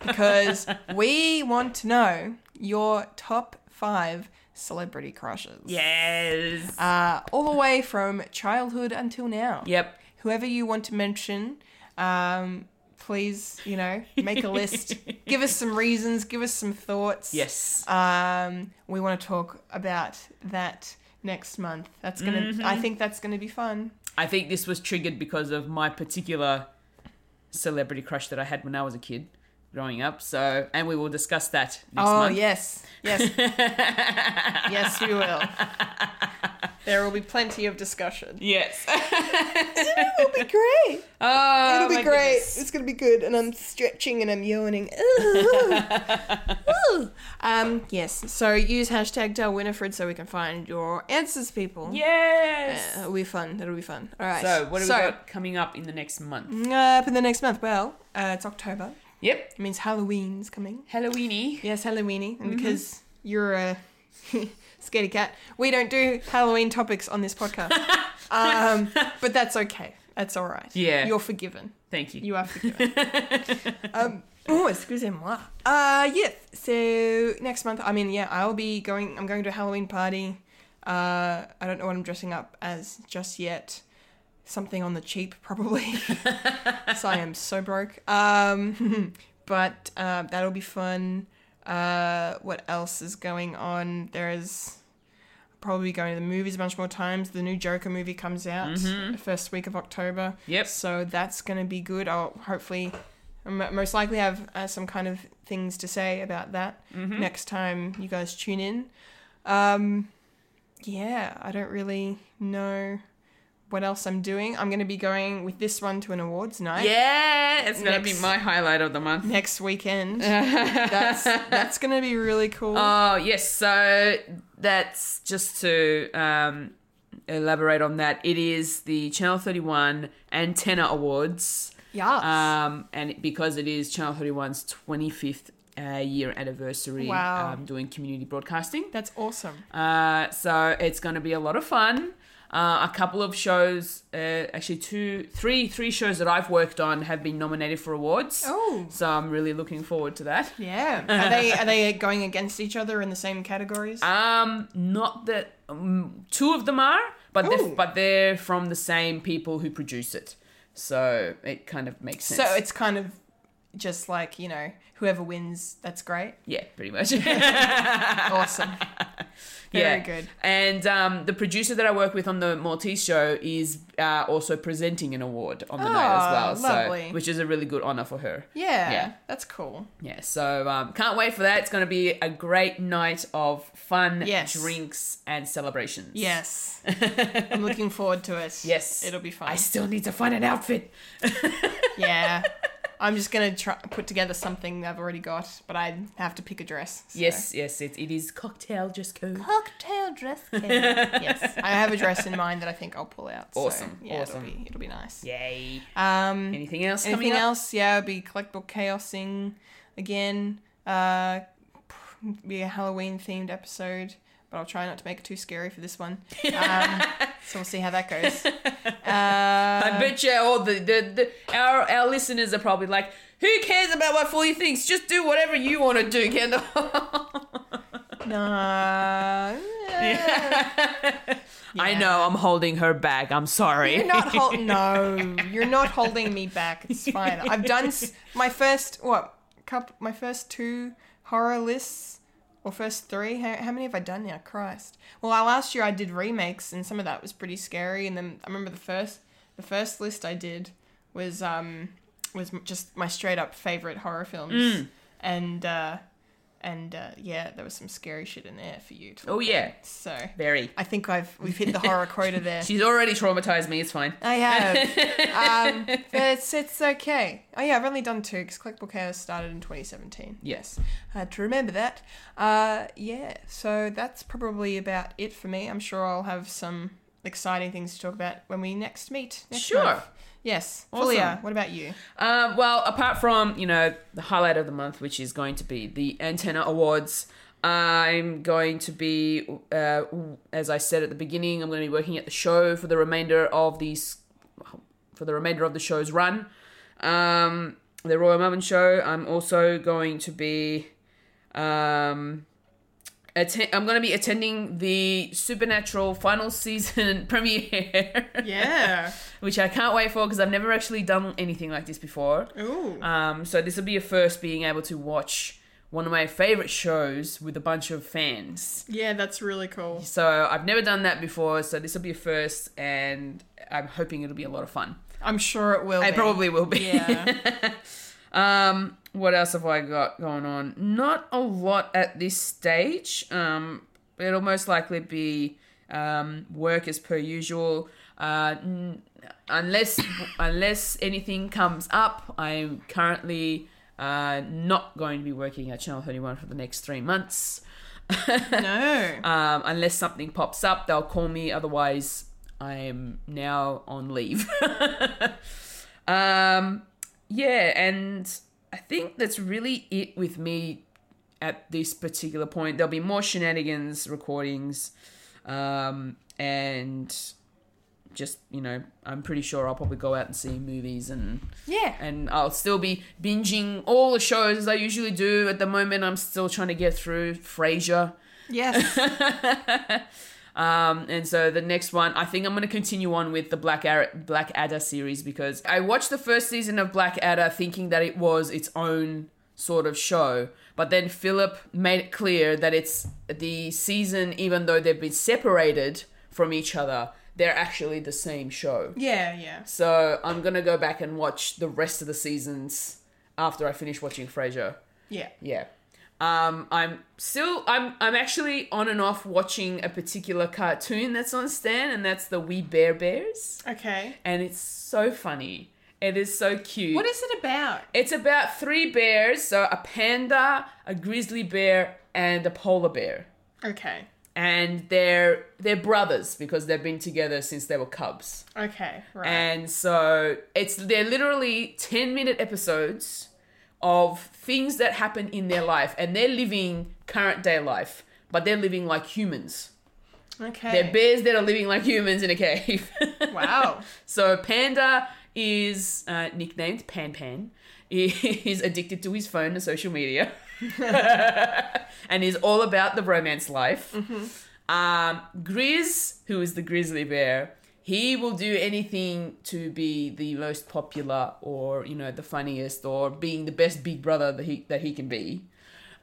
Speaker 1: because we want to know your top five celebrity crushes.
Speaker 2: Yes.
Speaker 1: Uh, all the way from childhood until now.
Speaker 2: yep.
Speaker 1: Whoever you want to mention, um, please, you know, make a list. give us some reasons, give us some thoughts.
Speaker 2: Yes.
Speaker 1: Um, we want to talk about that next month. That's gonna.
Speaker 2: Mm-hmm.
Speaker 1: I think that's gonna be fun.
Speaker 2: I think this was triggered because of my particular celebrity crush that I had when I was a kid growing up. So, and we will discuss that next
Speaker 1: oh
Speaker 2: month.
Speaker 1: yes, yes, yes, we will. There will be plenty of discussion.
Speaker 2: Yes.
Speaker 1: It'll be great.
Speaker 2: oh,
Speaker 1: It'll
Speaker 2: my
Speaker 1: be great.
Speaker 2: goodness.
Speaker 1: It's gonna be good. And I'm stretching and I'm yawning. Ooh. Ooh. Um, yes. So use hashtag tell Winifred so we can find your answers, people.
Speaker 2: Yes.
Speaker 1: Uh, it'll be fun. It'll be fun. All right.
Speaker 2: so, what do we got coming up in the next month?
Speaker 1: Uh, up in the next month. Well, uh, it's October.
Speaker 2: Yep.
Speaker 1: It means Halloween's coming.
Speaker 2: Halloweeny.
Speaker 1: Yes, Halloweeny. And because you're a scaredy cat, we don't do Halloween topics on this podcast. um, but that's okay. That's all right.
Speaker 2: Yeah.
Speaker 1: You're forgiven.
Speaker 2: Thank you.
Speaker 1: You are forgiven. um, oh, excuse moi. Uh, yes. So next month, I mean, yeah, I'll be going. I'm going to a Halloween party. Uh, I don't know what I'm dressing up as just yet. Something on the cheap, probably. so I am so broke. Um, but uh, that'll be fun. Uh, what else is going on? There is probably going to the movies a bunch more times. The new Joker movie comes out the first week of October.
Speaker 2: Yep.
Speaker 1: So that's going to be good. I'll hopefully, m- most likely, have uh, some kind of things to say about that next time you guys tune in. Um, yeah, I don't really know what else I'm doing. I'm going to be going with this one to an awards night
Speaker 2: Yeah, it's gonna be
Speaker 1: Next-
Speaker 2: my highlight of the month.
Speaker 1: next weekend. that's that's going to be really cool.
Speaker 2: Oh yes, so that's just to um, elaborate on that. It is the Channel Thirty One Antenna Awards.
Speaker 1: Yes.
Speaker 2: Um, and because it is Channel 31's 25th uh, year anniversary
Speaker 1: Wow.
Speaker 2: um, doing community broadcasting.
Speaker 1: That's awesome.
Speaker 2: Uh, so it's going to be a lot of fun. Uh, a couple of shows, uh, actually two, three, three shows that I've worked on have been nominated for awards.
Speaker 1: Oh.
Speaker 2: So I'm really looking forward to that.
Speaker 1: Yeah. Are they are they going against each other in the same categories?
Speaker 2: Um, not that um, two of them are, but they're,
Speaker 1: Ooh.
Speaker 2: but they're from the same people who produce it, so it kind of makes sense.
Speaker 1: so it's kind of just like, you know, whoever wins, that's great.
Speaker 2: yeah, pretty much.
Speaker 1: Awesome. Very
Speaker 2: yeah.
Speaker 1: good.
Speaker 2: And um, the producer that I work with on the Maltese show is uh, also presenting an award on the
Speaker 1: Oh,
Speaker 2: night as well,
Speaker 1: lovely.
Speaker 2: so which is a really good honor for her.
Speaker 1: Yeah.
Speaker 2: Yeah.
Speaker 1: That's cool.
Speaker 2: Yeah, so um, can't wait for that. It's going to be a great night of fun,
Speaker 1: Yes.
Speaker 2: drinks, and celebrations.
Speaker 1: Yes. I'm looking forward to it.
Speaker 2: Yes.
Speaker 1: It'll be fun.
Speaker 2: I still need to find an outfit.
Speaker 1: yeah. I'm just going to try put together something I've already got, but I have to pick a dress. so.
Speaker 2: Yes, yes, it, it is cocktail dress code.
Speaker 1: Cocktail dress code. yes. I have a dress in mind that I think I'll pull out. so,
Speaker 2: Awesome,
Speaker 1: yeah,
Speaker 2: awesome.
Speaker 1: It'll be, it'll be nice.
Speaker 2: Yay.
Speaker 1: Um,
Speaker 2: Anything else coming
Speaker 1: Anything
Speaker 2: up?
Speaker 1: else? Yeah, it'll be collectible chaosing again. Uh, p- be a Halloween themed episode, but I'll try not to make it too scary for this one. Um, so we'll see how that goes.
Speaker 2: I
Speaker 1: Uh,
Speaker 2: bet you all the, the, the our, our listeners are probably like, who cares about what Fully thinks? Just do whatever you want to do, Kendall.
Speaker 1: no,
Speaker 2: I
Speaker 1: Yeah.
Speaker 2: know, I'm holding her back. I'm sorry.
Speaker 1: you're not holding. No, you're not holding me back. It's fine. I've done s- my first what? Cup. My first two horror lists. Or first three? How, how many have I done now? Christ. Well, I- last year I did remakes, and some of that was pretty scary. And then I remember the first, the first list I did was um was m- just my straight up favorite horror films, and uh, and uh, yeah, there was some scary shit in there for you. To
Speaker 2: Oh,
Speaker 1: look
Speaker 2: yeah.
Speaker 1: at. So
Speaker 2: Very.
Speaker 1: I think I've we've hit the horror quota there.
Speaker 2: She's already traumatized me. It's fine.
Speaker 1: I have. um, but it's, it's okay. Oh, yeah, I've only done two because Collectible Chaos started in 2017.
Speaker 2: Yes.
Speaker 1: I had to remember that. Uh, yeah, so that's probably about it for me. I'm sure I'll have some exciting things to talk about when we next meet. Next
Speaker 2: Sure.
Speaker 1: month. Yes.
Speaker 2: Awesome.
Speaker 1: Fulia, what about you?
Speaker 2: Um, well, apart from you know the highlight of the month, which is going to be the Antenna Awards, I'm going to be, uh, as I said at the beginning, I'm going to be working at the show for the remainder of these, for the remainder of the show's run. Um, the Royal Melbourne Show. I'm also going to be. Um, atten- I'm going to be attending the Supernatural final season premiere
Speaker 1: Yeah.
Speaker 2: which I can't wait for because I've never actually done anything like this before.
Speaker 1: Ooh.
Speaker 2: Um, so this will be a first being able to watch one of my favorite shows with a bunch of fans.
Speaker 1: Yeah, that's really cool.
Speaker 2: So I've never done that before, so this will be a first, and I'm hoping it'll be a lot of fun.
Speaker 1: I'm sure it will.
Speaker 2: I
Speaker 1: be.
Speaker 2: probably will be.
Speaker 1: Yeah.
Speaker 2: Um, what else have I got going on? Not a lot at this stage. Um, it'll most likely be um, work as per usual. Uh, n- unless unless anything comes up, I'm currently uh, not going to be working at Channel 31 for the next three months.
Speaker 1: no.
Speaker 2: Um, unless something pops up, they'll call me. Otherwise, I am now on leave. um, yeah, and I think that's really it with me at this particular point. There'll be more shenanigans, recordings, um, and just you know, I'm pretty sure I'll probably go out and see movies and
Speaker 1: Yeah.
Speaker 2: and I'll still be binging all the shows as I usually do. At the moment, I'm still trying to get through Frasier.
Speaker 1: Yes.
Speaker 2: Um, and so the next one, I think I'm going to continue on with the Black Ar- Black Adder series because I watched the first season of Black Adder thinking that it was its own sort of show, but then Philip made it clear that it's the season, even though they've been separated from each other, they're actually the same show.
Speaker 1: Yeah, yeah.
Speaker 2: So I'm gonna go back and watch the rest of the seasons after I finish watching Frasier.
Speaker 1: Yeah.
Speaker 2: Yeah. Um, I'm still I'm I'm actually on and off watching a particular cartoon that's on Stan and that's the Wee Bear Bears.
Speaker 1: Okay.
Speaker 2: And it's so funny. It is so cute.
Speaker 1: What is it about?
Speaker 2: it's about three bears, so a panda, a grizzly bear, and a polar bear.
Speaker 1: Okay.
Speaker 2: and they're they're brothers because they've been together since they were cubs.
Speaker 1: Okay, right.
Speaker 2: And so it's they're literally 10 minute episodes of things that happen in their life and they're living current day life, but they're living like humans. They're
Speaker 1: okay.
Speaker 2: bears that are living like humans in a cave.
Speaker 1: Wow.
Speaker 2: so Panda is uh, nicknamed Pan Pan. He's addicted to his phone and social media, and is all about the romance life.
Speaker 1: Mm-hmm.
Speaker 2: Um, Grizz, who is the grizzly bear, he will do anything to be the most popular, or you know, the funniest, or being the best big brother that he that he can be.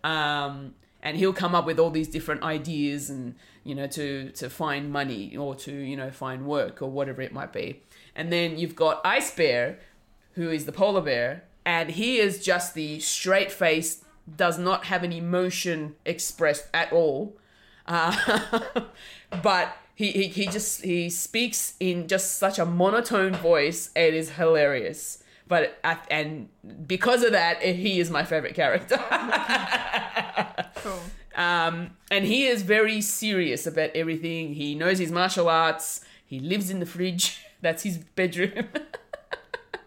Speaker 2: Um, and he'll come up with all these different ideas, and you know, to to find money or to you know find work or whatever it might be. And then you've got Ice Bear, who is the polar bear, and he is just the straight faced, does not have an emotion expressed at all. Uh, but he, he, he just he speaks in just such a monotone voice. It is hilarious. But I, and because of that, he is my favorite character.
Speaker 1: cool.
Speaker 2: Um, and he is very serious about everything. He knows his martial arts. He lives in the fridge. That's his bedroom.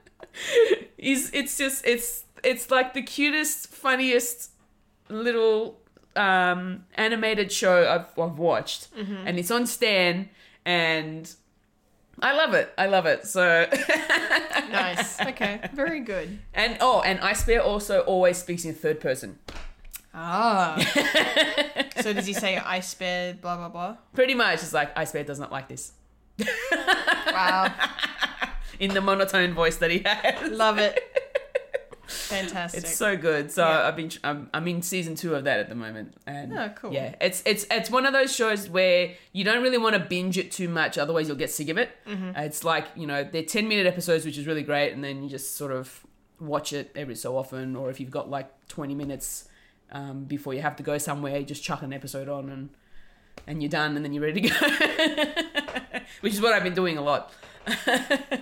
Speaker 2: He's, it's just it's it's like the cutest, funniest little um, animated show I've, I've watched, and it's on Stan, and I love it. I love it. So
Speaker 1: Nice. Okay. Very good.
Speaker 2: and oh, and Ice Bear also always speaks in third person.
Speaker 1: Ah. so does he say I spared blah blah blah?
Speaker 2: Pretty much, it's like Ice Bear does not like this.
Speaker 1: Wow.
Speaker 2: in the monotone voice that he has.
Speaker 1: Love it. Fantastic.
Speaker 2: It's so good. So
Speaker 1: Yeah.
Speaker 2: I've been tr- I'm, I'm in season two of that at the moment. And
Speaker 1: Oh, cool.
Speaker 2: Yeah, it's it's it's one of those shows where you don't really want to binge it too much, otherwise you'll get sick of it.
Speaker 1: Mm-hmm.
Speaker 2: It's like you know they're ten minute episodes, which is really great, and then you just sort of watch it every so often, or if you've got like twenty minutes um, before you have to go somewhere, you just chuck an episode on and and you're done, and then you're ready to go. which is what I've been doing a lot.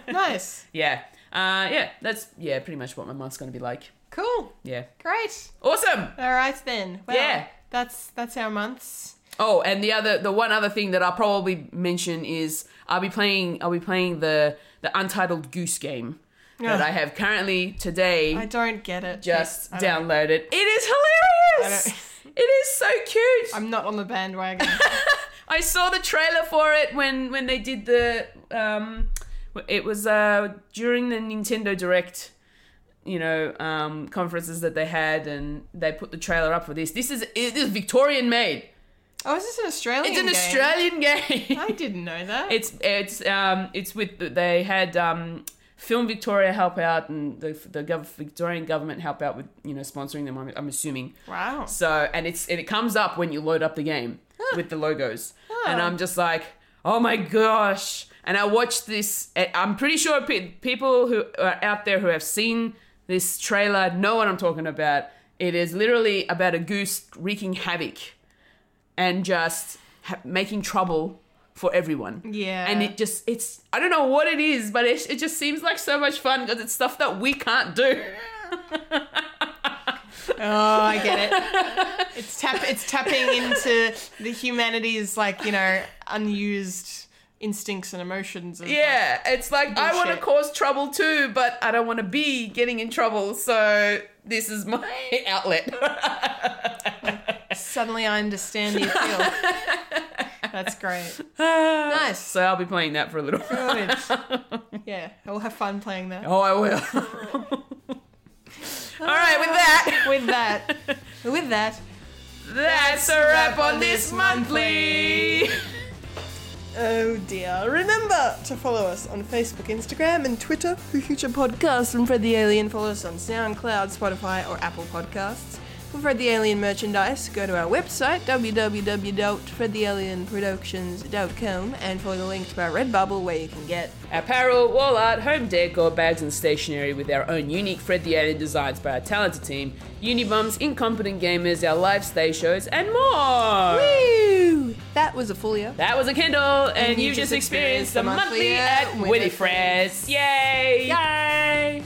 Speaker 1: nice.
Speaker 2: Yeah. Uh, yeah, that's yeah, pretty much what my month's gonna be like.
Speaker 1: Cool.
Speaker 2: Yeah.
Speaker 1: Great.
Speaker 2: Awesome.
Speaker 1: All right then. Well,
Speaker 2: Yeah.
Speaker 1: That's that's our months.
Speaker 2: Oh, and the other the one other thing that I'll probably mention is I'll be playing I'll be playing the the Untitled Goose game that
Speaker 1: Ugh.
Speaker 2: I have currently today
Speaker 1: I don't get it.
Speaker 2: just
Speaker 1: I don't-
Speaker 2: downloaded. It is
Speaker 1: I
Speaker 2: hilarious. It is so cute.
Speaker 1: I'm not on the bandwagon.
Speaker 2: I saw the trailer for it when when they did the um it was uh during the Nintendo Direct you know um conferences that they had and they put the trailer up for this. This is it is Victorian made.
Speaker 1: oh, is this an Australian?
Speaker 2: It's an
Speaker 1: game?
Speaker 2: Australian game.
Speaker 1: I didn't know that.
Speaker 2: It's it's um it's with they had um Film Victoria help out and the the gov- Victorian government help out with you know sponsoring them. I'm, I'm assuming.
Speaker 1: wow.
Speaker 2: So and it's and it comes up when you load up the game with the logos, and
Speaker 1: Huh.
Speaker 2: I'm just like, oh my gosh! And I watched this. I- I'm pretty sure pe- people who are out there who have seen this trailer know what I'm talking about. It is literally about a goose wreaking havoc and just ha- making trouble for everyone.
Speaker 1: Yeah.
Speaker 2: And it just, it's, I don't know what it is, but it, it just seems like so much fun because it's stuff that we can't do.
Speaker 1: Oh, I get it. It's tap. It's tapping into the humanity's like you know unused instincts and emotions. Of,
Speaker 2: Yeah, it's like I want to
Speaker 1: Bullshit.
Speaker 2: cause trouble too, but I don't want to be getting in trouble, so this is my outlet.
Speaker 1: like, suddenly, I understand the appeal. That's great. Nice.
Speaker 2: So I'll be playing that for a little while.
Speaker 1: Good. Yeah, I'll have fun playing that.
Speaker 2: Oh, I will. All right, with that,
Speaker 1: With that, with that.
Speaker 2: that's a wrap on this monthly.
Speaker 1: Oh dear. Remember to follow us on Facebook, Instagram, and Twitter for future podcasts. And Fred the Alien, follow us on SoundCloud, Spotify, or Apple Podcasts. For Fred the Alien merchandise, go to our website, www.fredthealienproductions.com, and follow the link to our Redbubble where you can get.
Speaker 2: Apparel, wall art, home decor, bags, and stationery with our own unique Fred the Alien designs by our talented team, Unibums, Incompetent Gamers, our live stay shows, and more!
Speaker 1: Woo! That was a full year.
Speaker 2: That was a Kindle, and, you just experienced the monthly at Winnie Frez. Yay! Yay!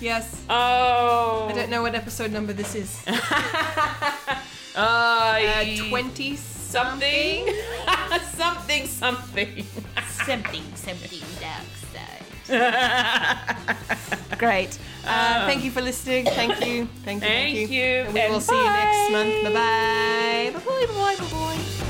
Speaker 1: Yes.
Speaker 2: oh!
Speaker 1: I Uh, don't know what episode number this is.
Speaker 2: Uh,
Speaker 1: Uh, 26.
Speaker 2: something, something, something.
Speaker 3: something, something dark side.
Speaker 1: Great. Uh, thank you for listening. Thank you. Thank you.
Speaker 2: Thank you,
Speaker 1: And we
Speaker 2: and
Speaker 1: will see you next
Speaker 2: bye.
Speaker 1: month. Bye bye. Bye bye. Bye bye. Bye bye.